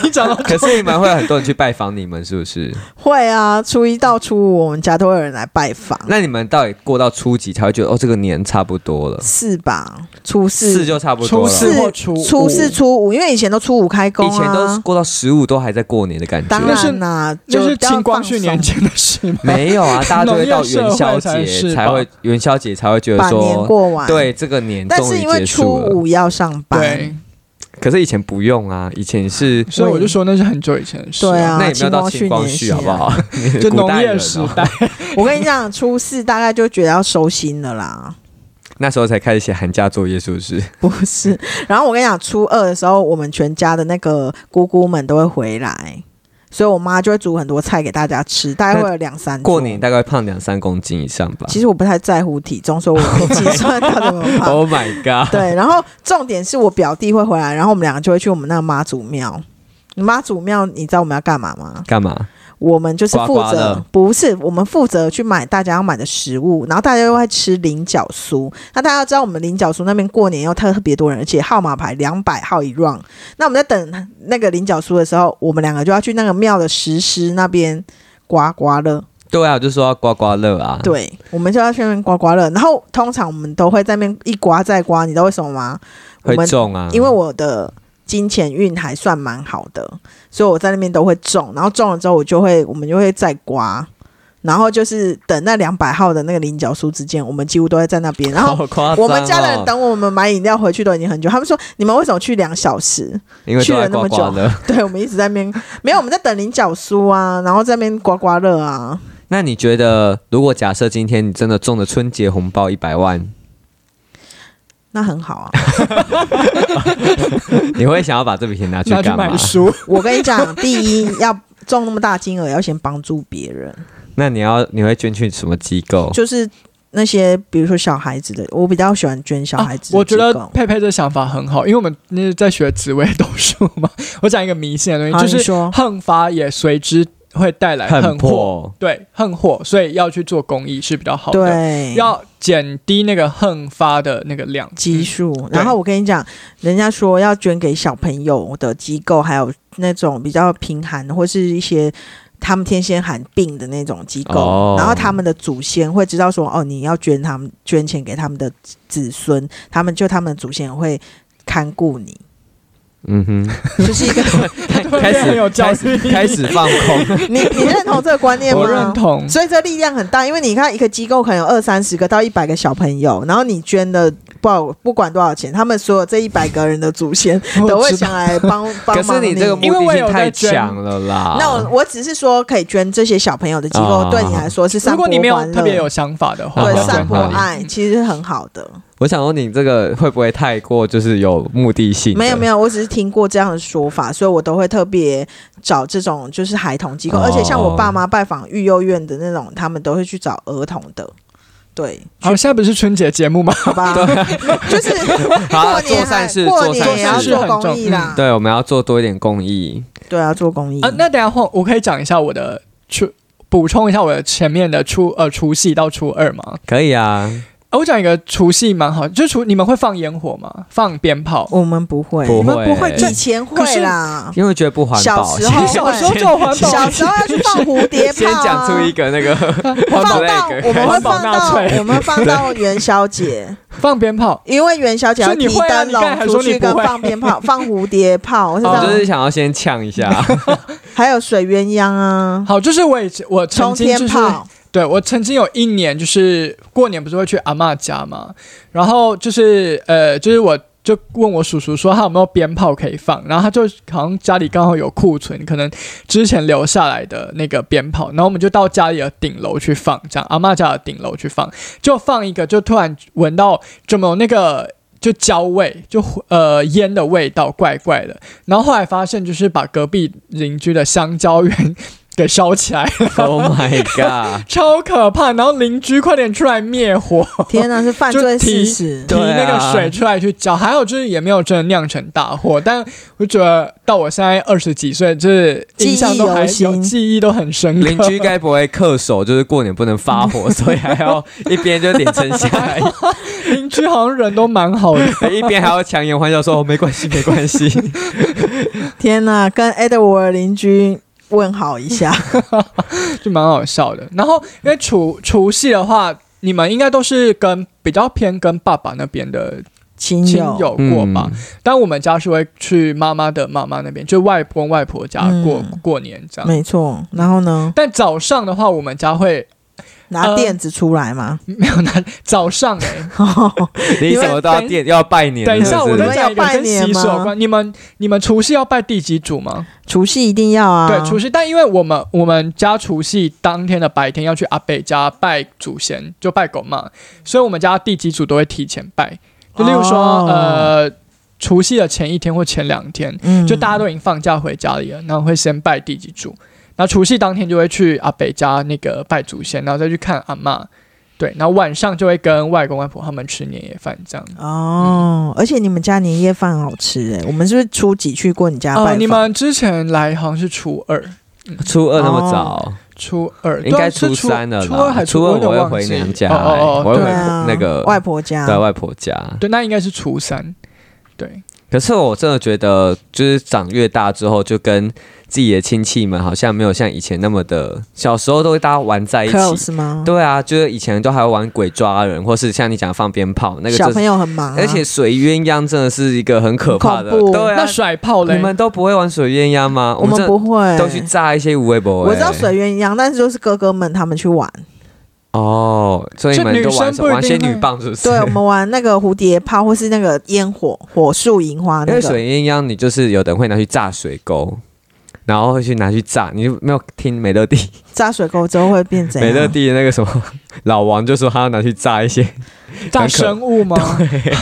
你讲到可是你们会很多人去拜访你们，是不 是？会啊！初一到初五，我们家都会有人来拜访，那你们到底过到初几才会觉得哦，这个年差不多了？是吧？初四四、就差不多初了。四四或初五初四、初五，因为以前都初五开工以啊，前都是过到十五都还在过年的感觉，当然啦，就 就是要清光放绪年松间的事吗？没 有啊，大家就会到元宵农业社会才节是才会，元宵节才会觉得把年说，过完，对，这个年但终是于因为结初束了。五要上班，对，可是以前不用啊，以前是所以我就说那是很久以前的事。对，啊，那也没有到清清光光绪绪年好不好？ 就古农代人业哦时代， 我跟你讲，初四大概就觉得要收心了啦， 那时候才开始写寒假作业，是不是？不是？然后我跟你讲，初二的时候，我们全家的那个姑姑们都会回来。所以我妈就会煮很多菜给大家吃，大概会有两三桌过年大概胖两三公斤以上吧。其实我不太在乎体重，所以我可以计算到底有没有 胖。 Oh my god！对，然后重点是我表弟会回来，然后我们两个就会去我们那个妈祖庙。妈祖庙，你知道我们要干嘛吗？干嘛？我们就是负刮刮责，乐不是我们负责去买大家要买的食物，然后大家又爱吃菱角酥。那大家要知道，我们菱角酥那边过年又特别多人，而且号码牌两百号一 round。那我们在等那个菱角酥的时候，我们两个就要去那个庙的石狮那边刮刮乐。对啊，我就说要刮刮乐啊。，对，我们就要去那边刮刮乐。然后通常我们都会在那边一刮再刮，你知道为什么吗？我会们中啊。因为我的金钱运还算蛮好的，所以我在那边都会中，然后中了之后我就会，我们就会再刮。然后就是等那两百号的那个菱角酥之间，我们几乎都会在那边。然后 好夸张哦我们家的人等我们买饮料回去都已经很久，他们说你们为什么去两小时？ 因为去都了在那刮么久刮乐。对我们一直在那边，没有我们在等菱角酥啊，然后在那边刮刮乐啊。那你觉得，如果假设今天你真的中了春节红包一百万， 那很好啊！你会想要把这笔钱拿去拿去干嘛买？ 书，我跟你 讲，第一要中那么大金额，要先帮助别人，那你要你会捐去什么机构？哦就是那些比如说小孩子的，我比较喜欢捐小孩子的机构、啊我觉得佩佩这想法很好，因为我们那是在学紫微斗数嘛。我讲一个迷信的东好西，你就是说横法也随之会带来很横祸，破，对，横祸，所以要去做公益是比较好的，对，要减低那个横发的那个量基 数。嗯对然后我跟你讲，人家说要捐给小朋友的机构，还有那种比较贫寒或是一些。他们天仙寒病的那种机构，哦然后他们的祖先会知道说，哦，你要捐他们捐钱给他们的子孙，他们就他们的祖先会看顾你，嗯哼， 就是一个 开很有始教开育始意义开始放空，你你认同这个观念吗？ 我认同，所以这力量很大，因为你看一个机构可能有二三十个到一百个小朋友，然后你捐的不好不管多少钱，他们所有这一百个人的祖 先都会想来帮帮可忙是你这个目因为我的性有太在捐强了啦。啊那我我只是说可以捐这些小朋友的机构，啊对你来说是散如播欢果你乐，没有特别有想法的话，啊对好散播好爱，其实很好的。我想说，你这个会不会太过就是有目的性？没有没有，有，我只是听过这样的说法，所以我都会特别找这种就是孩童机构，哦而且像我爸妈拜访育幼院的那种，他们都会去找儿童的。对，好，现在不是春节节目吗？好吧， 就是好过做年善还事，过做年也要善事做，做公益啦，对，我们要做多一点公益。对啊，做公益啊，那等一下换我可以讲一下我的初补充一下我的前面的初呃除夕到初二吗？可以啊，啊、我讲一个除夕蛮好，就是除你们会放烟火吗？放鞭炮？我们不会，不你们不会会以这前会啦，因为觉得不环保。小时候你小时候就有环保，小时候要去放蝴蝶炮、啊， 先讲出一个那个放到环 保那个我们会环保放纳到粹我们放到元宵节，放鞭炮，因为元宵节要所以你提会啊灯你刚才还笼出说你去不跟会放鞭炮、放蝴蝶炮，是这我样就是想要先呛一下，还有水鸳鸯啊，好，就是我以前我曾冲经天就是 炮，对我曾经有一年就是过年不是会去阿嬷家嘛，然后就是呃就是我。就问我叔叔说他有没有鞭炮可以放，然后他就好像家里刚好有库存，可能之前留下来的那个鞭炮，然后我们就到家里的顶楼去放，这样阿嬷家的顶楼去放，就放一个，就突然闻到怎么有那个就焦味，就呃烟的味道，怪怪的。然后后来发现就是把隔壁邻居的香蕉园 给烧起来， Oh my god！超可怕。然后邻居快点出来灭火，天哪，是犯就罪事提实。提对啊那个水出来去浇。还有就是也没有真的酿成大祸，但我觉得到我现在二十几岁，就是印象都还记忆犹新有记忆都很深刻。邻居该不会恪守就是过年不能发火，所以还要一边就脸沉下来，邻居好像人都蛮好的。一边还要强颜欢笑说、哦、没关系没关系。天哪，跟 Edward 邻居问好一下。就蛮好笑的。然后因为除除夕的话，你们应该都是跟比较偏跟爸爸那边的亲亲友友过吧，嗯但我们家是会去妈妈的妈妈那边，就外公外婆家过、嗯过年这样。没错。然后呢，但早上的话，我们家会拿呃垫子出来嘛。没有拿早上哎、欸你什么都要垫，要拜年了等是不是。一下我们要再讲一个拜跟年洗手吗关。你们你们除夕要拜第几组吗？ 除夕一定要啊。对，除夕，但因为我们我们家除夕当天的白天要去阿北家拜祖先，就拜狗嘛，所以我们家第几组都会提前拜。就例如说，哦呃，除夕的前一天或前两天，嗯就大家都已经放假回家里了，然后会先拜第几组，然后除夕当天就会去阿北家那个拜祖先，然后再去看阿嬷。对，然后晚上就会跟外公外婆他们吃年夜饭这样。哦，而且你们家年夜饭好吃哎、我们是不是初几去过你家拜呃，访？你们之前来好像是初二，初二那么早，初二应该对啊是初三了初二啦。还初二二我会忘回记娘家，哎哦哦哦我会对回啊，那个外婆家对外婆家。对，那应该是初三。对，可是我真的觉得，就是长越大之后，就跟自己的亲戚们好像没有像以前那么的，小时候都会大家玩在一起。 close 吗？对啊，就是以前都还会玩鬼抓人，或是像你讲放鞭炮那个、小就朋是，友很忙啊、而且水鸳鸯真的是一个很可怕的。很恐怖对啊那，甩炮嘞？你们都不会玩水鸳鸯吗？我们这不会，都去欸炸一些无微博。我知道水鸳鸯，但是就是哥哥们他们去 玩。哦，所以你就们女都玩生什不么一玩仙定女会棒是不是？对，我们玩那个蝴蝶炮或是那个烟火火树银花因那为个。水鸳鸯，你就是有的人会拿去炸水沟，然后会去拿去炸。你有没有听美乐蒂？炸水沟之后会变怎美乐样？蒂的那个什么 老王就说他要拿去炸一些，炸很可生物吗？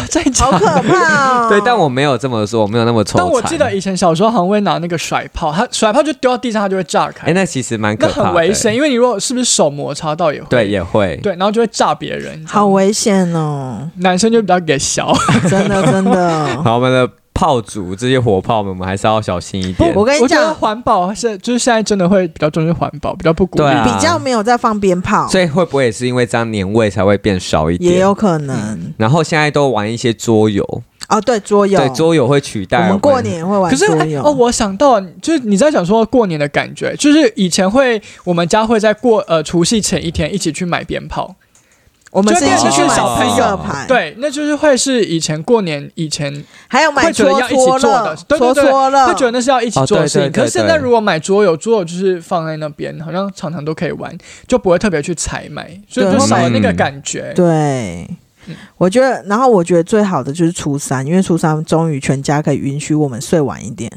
在好讲。可怕哦！ 对，但我没有这么说，我没有那么抽但惨。我记得以前小时候好像会拿那个甩炮，它甩炮就丢到地上，它就会炸哎、开，那其实蛮那可怕的，很危险，。因为你如果是不是手摩擦到也会，对，也会。对，然后就会炸别人。好，危险哦！男生就比较给小， 真的真的，好，我们的炮竹这些火炮们，我们还是要小心一点不。我跟你我觉得讲，环保是就是现在真的会比较重视环保，比较不鼓励。对啊比较没有在放鞭炮，所以会不会也是因为这样年味才会变少一点？也有可嗯能然后现在都玩一些桌游，哦。对，桌游，对，桌游会取代我们过。年会玩可是桌哎游哦，我想到了就是你在讲说过年的感觉，就是以前会我们家会在过呃除夕前一天一起去买鞭炮，我们就是一变起成去买小朋友四色牌，，对，那就是会是以前过年以前还有买会觉得搓要一起搓做乐的，对搓对对搓乐，会觉得那是要一起做的事情。哦对对对可是现在如果买桌游，桌游就是放在那边，好像常常都可以玩，就不会特别去采买，所以就少了那嗯个感觉。对嗯。我觉得，然后我觉得最好的就是初三，因为初三终于全家可以允许我们睡晚一点。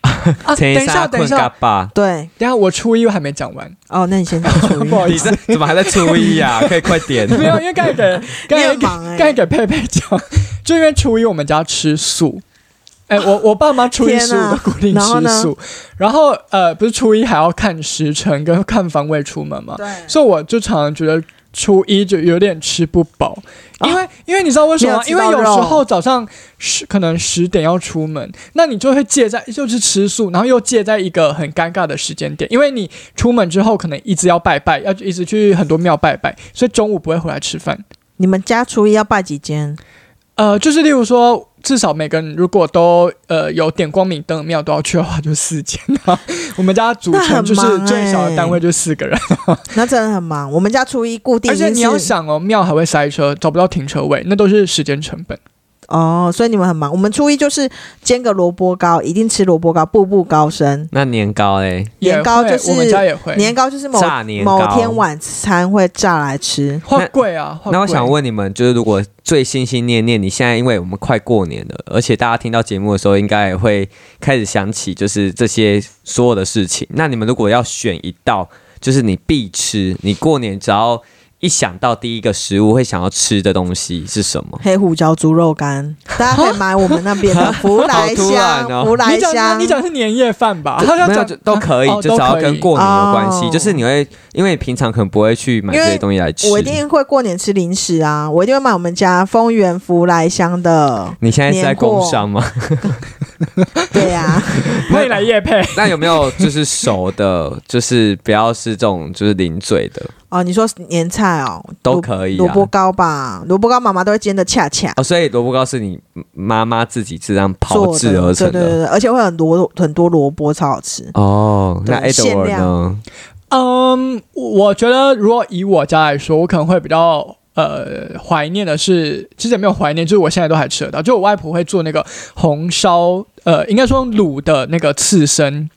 啊，等前一下，等一下，吧。对，等一下，我初一还没讲完，哦，那你先讲初一 不，好你意思这。怎么还在初一呀、可以快点。 没有，因为刚才 给刚你才很给忙 哎、刚才给佩佩 讲，就因为初一我们家吃素。哎、我我爸妈初一哦天十五哪都固定然后吃呢素，然后呃，不是初一还要看时辰跟看方位出门吗？对所以我就常常觉得初一就有点吃不饱，因为、因为你知道为什么吗？哦没有因吃为到有时肉候早上十可能十点要出门，那你就会借在就是吃素，然后又借在一个很尴尬的时间点，因为你出门之后可能一直要拜拜，要一直去很多庙拜拜，所以中午不会回来吃饭。你们家初一要拜几间？呃，就是例如说，至少每个人如果都呃有点光明灯的庙都要去的话，就四间啊。 我们家组成就是那很忙欸最小的单位就四个人。那真的很忙。我们家初一固定而已经是，且你要想哦，庙还会塞车，找不到停车位，那都是时间成本。哦，所以你们很忙。我们初一就是煎个萝卜糕，一定吃萝卜糕，步步高升。那年糕嘞，年糕也就会是我们家也会年糕就是某炸年糕某天晚餐会炸来吃。花贵啊。花那我贵想问你们，就是如果最心心念念，你现在因为我们快过年了，而且大家听到节目的时候，应该也会开始想起就是这些所有的事情。那你们如果要选一道，就是你必吃，你过年只要一想到第一个食物会想要吃的东西是什么？黑胡椒猪肉干，大家可以买我们那边 的福来好突香，然哦福来你讲的香你。讲的是年夜饭吧？就他要没有讲就都可以，哦就只要都可以跟过年有关系，哦就是你会因为平常可能不会去买因这为些东西来吃。我一定会过年吃零食啊！我一定会买我们家丰源福来香 。的你现在是在年货工商吗？对呀、啊，欢迎来夜配。 那有没有就是熟的，就是不要是这种就是零嘴的哦，你说年菜哦，都可以、啊。萝萝卜糕吧，萝卜糕妈妈都会煎的恰恰。哦，所以萝卜糕是你妈妈自己这样做炮的制而成对对对对，的。而且会很多很多萝卜，超好吃。哦，那对限 Edward 量呢？嗯，我觉得如果以我家来说，我可能会比较呃怀念的是，其实也没有怀念，就是我现在都还吃得到，就我外婆会做那个红烧，呃，应该说卤的那个刺身。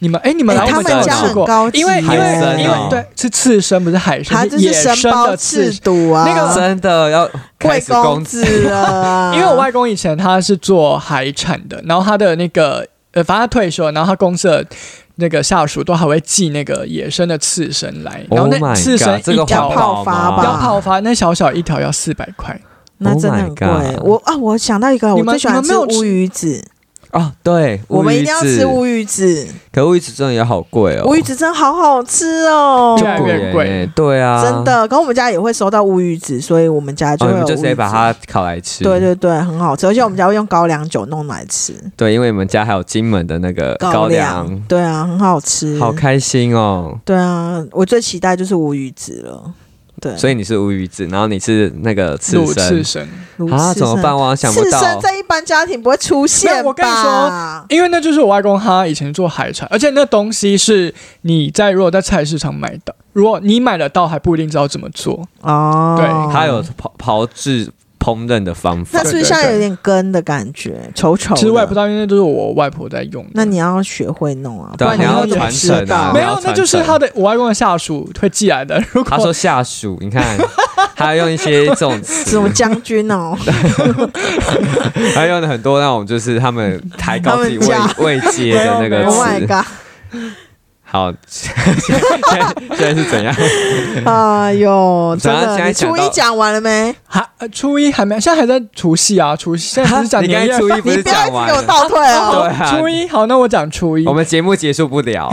你们哎，你们哎来我他们们家有有家吃很过？高级耶，因为因为海参因为哦对是刺身不是海他参，就是野是生包的制刺毒啊，那个。真的要开贵始攻公击子啊了啊 因为我外公以前他是做海产的，然后他的那个呃，反正他退休了，然后他公司的那个下属都还会寄那个野生的刺身来，然后 Oh 那 my 刺身 god，这一个条环要泡保发吗吧要泡发，那小小一条要四百块， 那真的 Oh my 很贵 god。我啊，我想到一个，你我们最喜欢你吃们没有吃乌鱼子，哦，对，我们乌鱼一定要子吃乌鱼子，可乌鱼子真的也好贵哦，乌鱼子真的好好吃哦就。越来贵越贵耶对啊，真。的，可我们家也会收到乌鱼子，所以我们家就哦，会你有们乌鱼就直接子。把它烤来吃。对对对，很好吃，而且我们家会用高粱酒弄来吃。对，因为你们家还有金门的那个高粱，粱，对啊，很好吃。好开心哦。对啊，我最期待就是无鱼子了。对，所以你是乌鱼子，然后你是那个刺卤刺身身，如啊？刺怎么身办？？我好像想不刺身到。在一般家庭不会出没现有我跟你吧？因为那就是我外公他以前做海产，而且那东西是你在如果在菜市场买的，如果你买得到还不一定知道怎么做，哦，对它有炮炮制烹饪的方法那，是不是像有点根的感觉，稠稠的？其实我也不知道，因为那都是我外婆在用的。那你要学会弄啊，不对啊然你你要怎么传知承啊道没？你有要，那就是传承他的我外公的下属会寄来的。如果他说下属，你看， 他用一些这种词什，么将军 哦？他用了很多那种就是他们抬高自己位他们位阶的那 Oh 个 my 词。 god！好， 现在现在是 怎样？哎 呦，真咱现的，在你初讲到一讲完了没？还呃初一还没，现在还在除夕啊，除夕现在不是讲你刚年夜才初一 不你是不要一讲直完给我了？倒退对哦！啊初，一好，那我讲初一我。们节目结束不 了。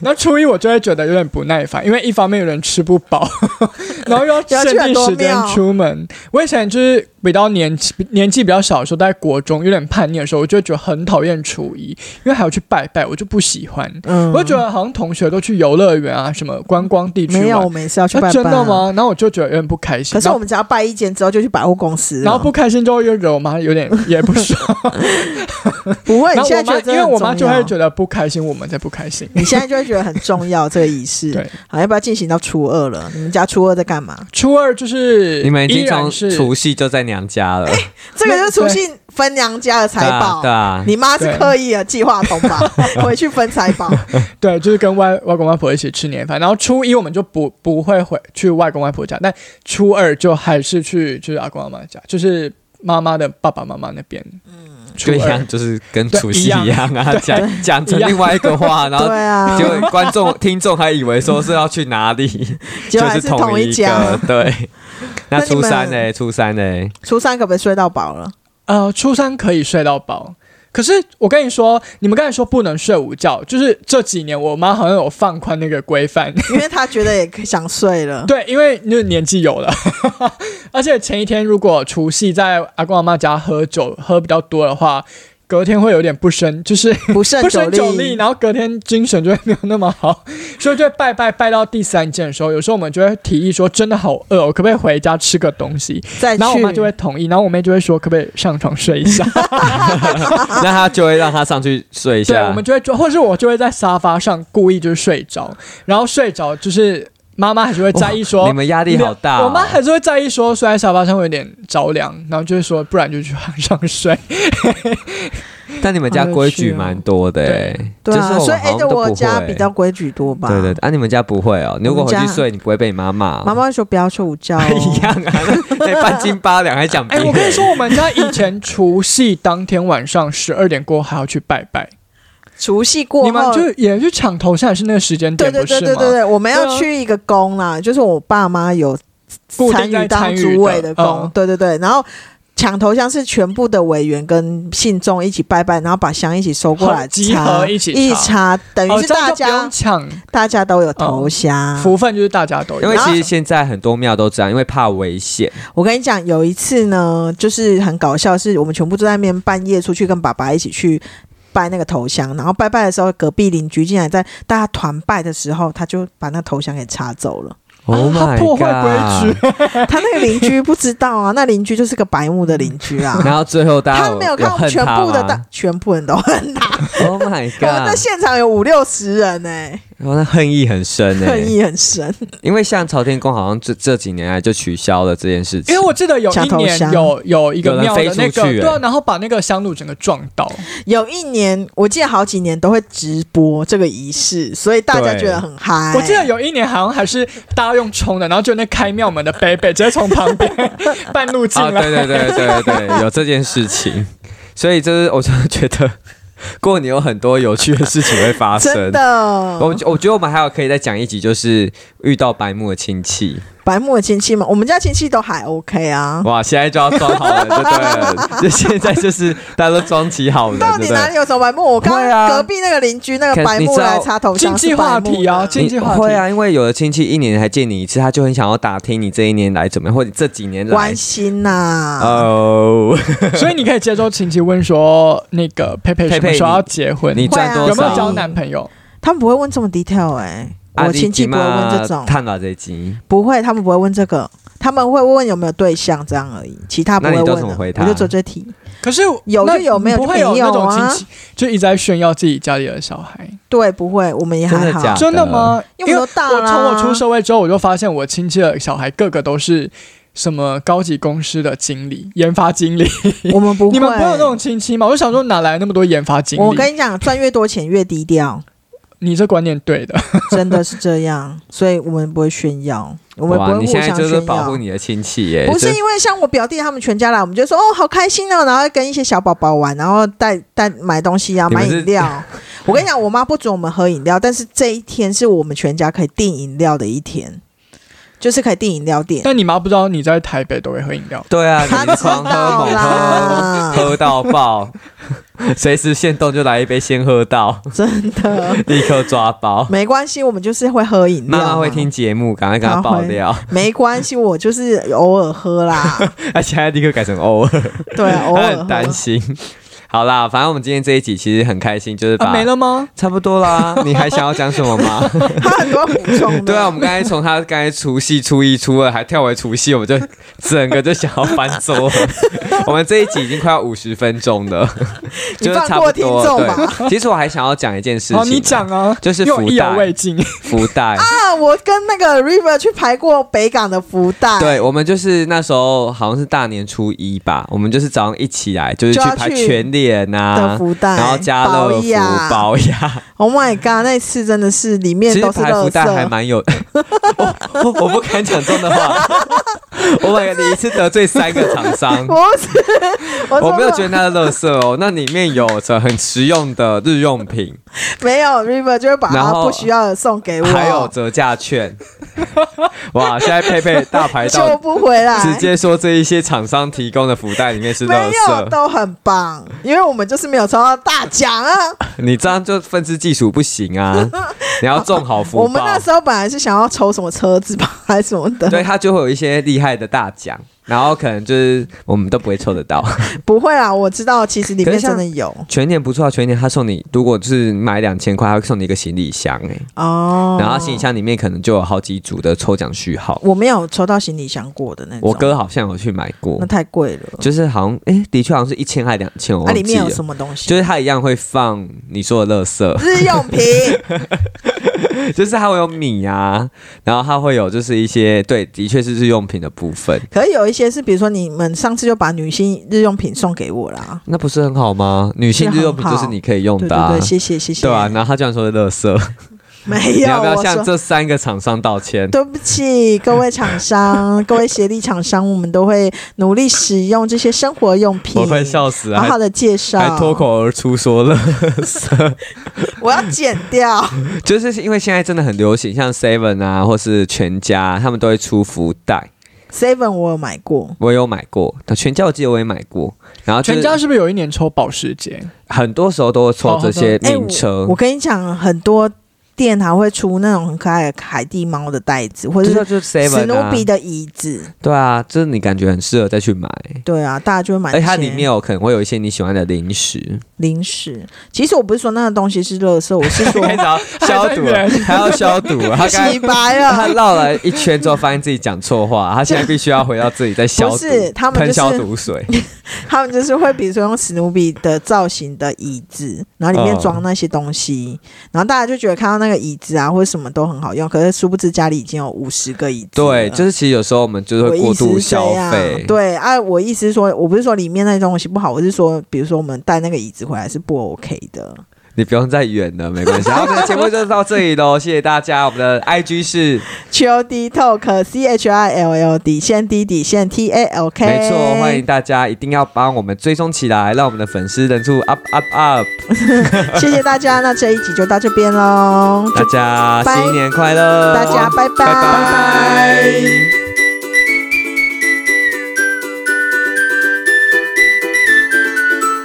那初一我就会觉得有点不耐烦，因为一方面有人吃不饱， 然后又要 要去限很定多时间庙出门。我以前就是比较年纪年纪比较小的时候，在国中有点叛逆的时候，我就会觉得很讨厌初一，因为还要去拜拜，我就不喜欢。 嗯我就觉得好像同学都去游乐园啊，什么观光地区没有，玩我，们也是要去啊拜拜。真的？吗？然后我就觉得有点不开心。可是然我后们只要拜一间之后就去百货公司了，然后不开心就会又惹我妈有点也不爽，不会，你然后现在我觉得妈因真的为很我妈就重要会觉得不开心，我们才不开心。 你现在就会觉得很重要这个仪式。对，好，要不要进行到初二了？你们家初二在干 嘛？初二就是你们已经依然从是除夕就在娘家了，这个就是除夕分娘家的财宝。对啊，对啊你妈是刻意的计划通吧？回去分财宝。对，就是跟外外公外婆一起吃年饭，然后初一我们就不不会回去外公外婆家，但初二就还是去就是阿公阿妈家，就是妈妈的爸爸妈妈那边。嗯，初就一二样，就是跟对除夕一样一样啊，讲讲成一样另外一个话，然 后对啊，结果观众、听众还以为说是要去哪里，结果还是是同一家个。。 对，那那你初们三呢？初三呢？初三可不可以睡到饱了？呃，初三可以睡到饱。可是我跟你说，你们刚才说不能睡午觉，就是这几年我妈好像有放宽那个规范，因为她觉得也可以想睡了。 对，因为就是年纪有了， 而且前一天如果除夕在阿公阿妈家喝酒喝比较多的话，隔天会有点不胜，就是不胜不胜酒力，力。然后隔天精神就会没有那么好，所以就会拜拜拜到第三件的时候，有时候我们就会提议说，真的好饿哦，我可不可以回家吃个东西？哎再去，然后我妈就会同意，然后我妹就会说，可不可以上床睡一下？那他就会让他上去睡一对，下。我们就会，或是我就会在沙发上故意就是睡着，然后睡着就是。妈妈还是会在意说你们压力好大、哦。我妈还是会在意说睡在沙发上会有点着凉，然后就会说不然就去海上 睡。但你们家规矩蛮多的、欸，对就是啊，所以哎、哎，对我家比较规矩多吧？对对对，啊，你们家不会哦。你如果回去睡，你不会被你妈骂、哦。，妈妈会说不要睡午觉、哦 一样 啊，那那半斤八两还讲别哎、人。我跟你说，我们家以前除夕当天晚上十二点过后还要去拜拜，除夕过你们后。就也去抢头香，也是那个时间对点，对不对是对对吗？对，我们对要啊去一个宫啦，就是我爸妈有固参定在与当参与主委的宫，嗯对对对，然后抢头香是全部的委员跟信众一起拜拜，然后把香一起收过来好集合插一起一插插，等于哦，是这样大就不家、啊用嗯抢大家都有头香。福分，就是大家都因有。啊为其实现在很多庙都这样，因为怕危险。我跟你讲，有一次呢，就是很搞笑，是我们全部都在那边半夜出去跟爸爸一起去。拜那个头香，然后拜拜的时候，隔壁邻居竟然在大家团拜的时候，他就把那头香给插走了。 Oh 他 my 破坏 god！规矩，他那个邻居不知道啊，那邻居就是个白目的邻居 啊。然后最后大家他没有看我们恨全他部的大吗，全部人都恨他。 ？Oh my 我们在 god！现场有五六十人呢、哇，那恨意很深哎、恨意很深。因为像朝天宫好像这这几年来就取消了这件事情。因为我记得有抢一头年香有有一有个人庙飞的出那个，去对啊欸，然后把那个香炉整个撞倒，有一年，我记得好几年都会直播这个仪式，所以大家对觉得很嗨。我记得有一年好像还是大家用冲的，然后就那开庙门的贝贝直接从旁边 半路进啊，来，对对对对对对，有这件 事情，所以就是我就觉得过年有很多有趣的事情会发真生。的，我我觉得我们还有可以再讲一集，就是遇到白目的 亲戚，白目的亲戚嘛，我们家亲戚都还 OK 啊。哇，现在就要装好人，对不对了？就现在就是大家都装起好人，到对底不哪里对？有什么白目？我刚会啊刚隔壁那个邻居那可个白你目知道来插头像经济话题啊经你济话题会啊，因为有的亲戚一年才见你一次，他就很想要打听你这一年来怎么样，或者这几年来关心啊呐、哦， 所以你可以接受亲戚问说那个佩佩佩什佩么时候你要结婚，你赚会啊多有没有少？交男朋友？他们不会问这么 detail 哎、啊我亲戚不会问这种，探到这集，不会，他们不会问这个，他们会问有没有对象这样而已，其他不会那你问都怎么的。回答我就做这题，可是有那就有没有不就会有没那有种亲啊戚就一直在炫耀自己家里的小孩，对，不会，我们也真还的好，假的真的吗？因为我们都大我啦。从我出社会之后，我就发现我亲戚的小孩个个都是什么高级公司的经理、研发经理。我们不会， 你们不会有那种亲戚吗？我就想说，哪来那么多研发经理？我跟你讲，赚越多钱越低调，你这观念对 的，真的是这样，所以我们不会炫耀，我们不哇，会啊你互现在相就是炫保护耀。你的亲戚耶，不是这因为像我表弟他们全家来，我们就说哦好开心哦，然后跟一些小宝宝玩，然后带带买东西啊，你们买是饮 料。我跟你讲，我妈不准我们喝饮料，但是这一天是我们全家可以订饮料的一天，就是可以订饮料店。但你妈不知道你在台北都会喝饮料。对啊，她你知狂喝道猛喝，啦，喝到 爆，随时现动就来一杯，先喝 到，真的立刻抓包。没关系，我们就是会喝饮料。妈妈会听，节目，赶快跟她爆 料。没关系，我就是偶尔喝 啦。她现在立刻改成偶 尔，对，啊偶她尔喝很担心。好啦，反正我们今天这一集其实很开心，就是把、啊，没了吗？差不多啦。你还想要讲什么吗？他很多补充的。对啊，我们刚才从他刚才除夕、初一、初二还跳回除夕，我们就整个就想要翻 桌了。我们这一集已经快要五十分钟 了，你就是放差过不听多。众吧对，其实我还想要讲一件事情、好，你讲，啊，就是因为我福意犹袋未尽。福 袋。啊，我跟那个 River 去排过北港的福袋，对，我们就是那时候好像是大年初一吧，我们就是早上一起来就是就去要排去全脸的啊，福袋，然后家保乐福益啊、保雅， Oh my god，那一次真的是里面其实都是排垃福袋还圾，蛮有，我我 我不敢讲真的话， 我感觉你一次得罪三个厂商。 我不是，我我说没有觉得那是垃圾哦，那里面有着很实用的日用品，没有 River 就会把然它后不需要的送给我，还有折价券。 哇，现在佩佩大排救 到，不回来，直接说这一些厂商提供的福袋里面是垃没有圾，都很棒，因为我们就是没有抽到大奖啊。你这样就分支技术不 行啊！你要种好福我们 报那，时候本来是想要抽什么车子吧，还是什么的，对他就会有一些厉害的大奖。然后可能就是我们都不会抽得到。不会啦，我知道，其实里可面是像真的有全年不错啊，全年他送你，如果是买两千块，他会送你一个行李箱、欸，哦。然后行李箱里面可能就有好几组的抽奖序号。我没有抽到行李箱过的那种，我哥好像有去买过那，太贵了。就是好像诶，的确好像是一千还两千，我它、啊忘里记面有了。什么东西？就是他一样会放你说的垃圾， 日用品，就是他会有米啊，然后他会有就是一些对，的确是日用品的部分，可是有一些是，比如说你们上次就把女性日用品送给我啦。那不是很好吗？女性日用品就是你可以用对的、啊，对对，谢谢谢谢。对啊，然后他居然说是垃圾，没你有，要不要我向说这三个厂商道歉？对不起，各位厂商，各位协力厂商，我们都会努力使用这些生活用品。我快笑死了，啊好好还的介绍，还脱口而出说了， 我要剪掉。就是因为现在真的很流行，像 Seven 啊，或是全家，他们都会出福袋， Seven 我有买过，我有买过，全家我记得我也买过，然后就是全家是不是有一年抽保时捷？很多时候都会抽这些哎名车我，我跟你讲，很多店还会出那种很可爱的海蒂猫的袋子，或就者是是就是史 Seven 努啊比，的椅子。对啊，就是你感觉很适合再去买，对啊，大家就会买而且这些。哎它里面有可能会有一些你喜欢的零 食，零食，其实我不是说那个东西是垃圾，我 是说开始要消毒了，还要消毒 了，他刚洗白他了。绕了一圈之后，发现自己讲错话，他现在必须要回到自己在消毒，不是他们喷就是消毒水， 他们就是会比如说用史努比的造型的椅子，然后里嗯面装那些东西，然后大家就觉得看到那个椅子啊或者什么都很好用，可是殊不知家里已经有五十个椅子了。对，就是其实有时候我们就是啊我会过意思度是这消样费，对啊，我意思是说，我不是说里面那些东西不好，我是说，比如说我们带那个椅子回来是不 OK 的。你不用再远了，没 关系。好，我们的节目就到这里喽，谢谢大家。我们的 IG 是 Chill D Talk C H I L L 底线 D 底线 T A L K，没错，欢迎大家一定要帮我们追踪起来，让我们的粉丝人数 up up up。谢谢大家，那这一集就到这边喽，大家拜新年快乐，大家拜拜拜拜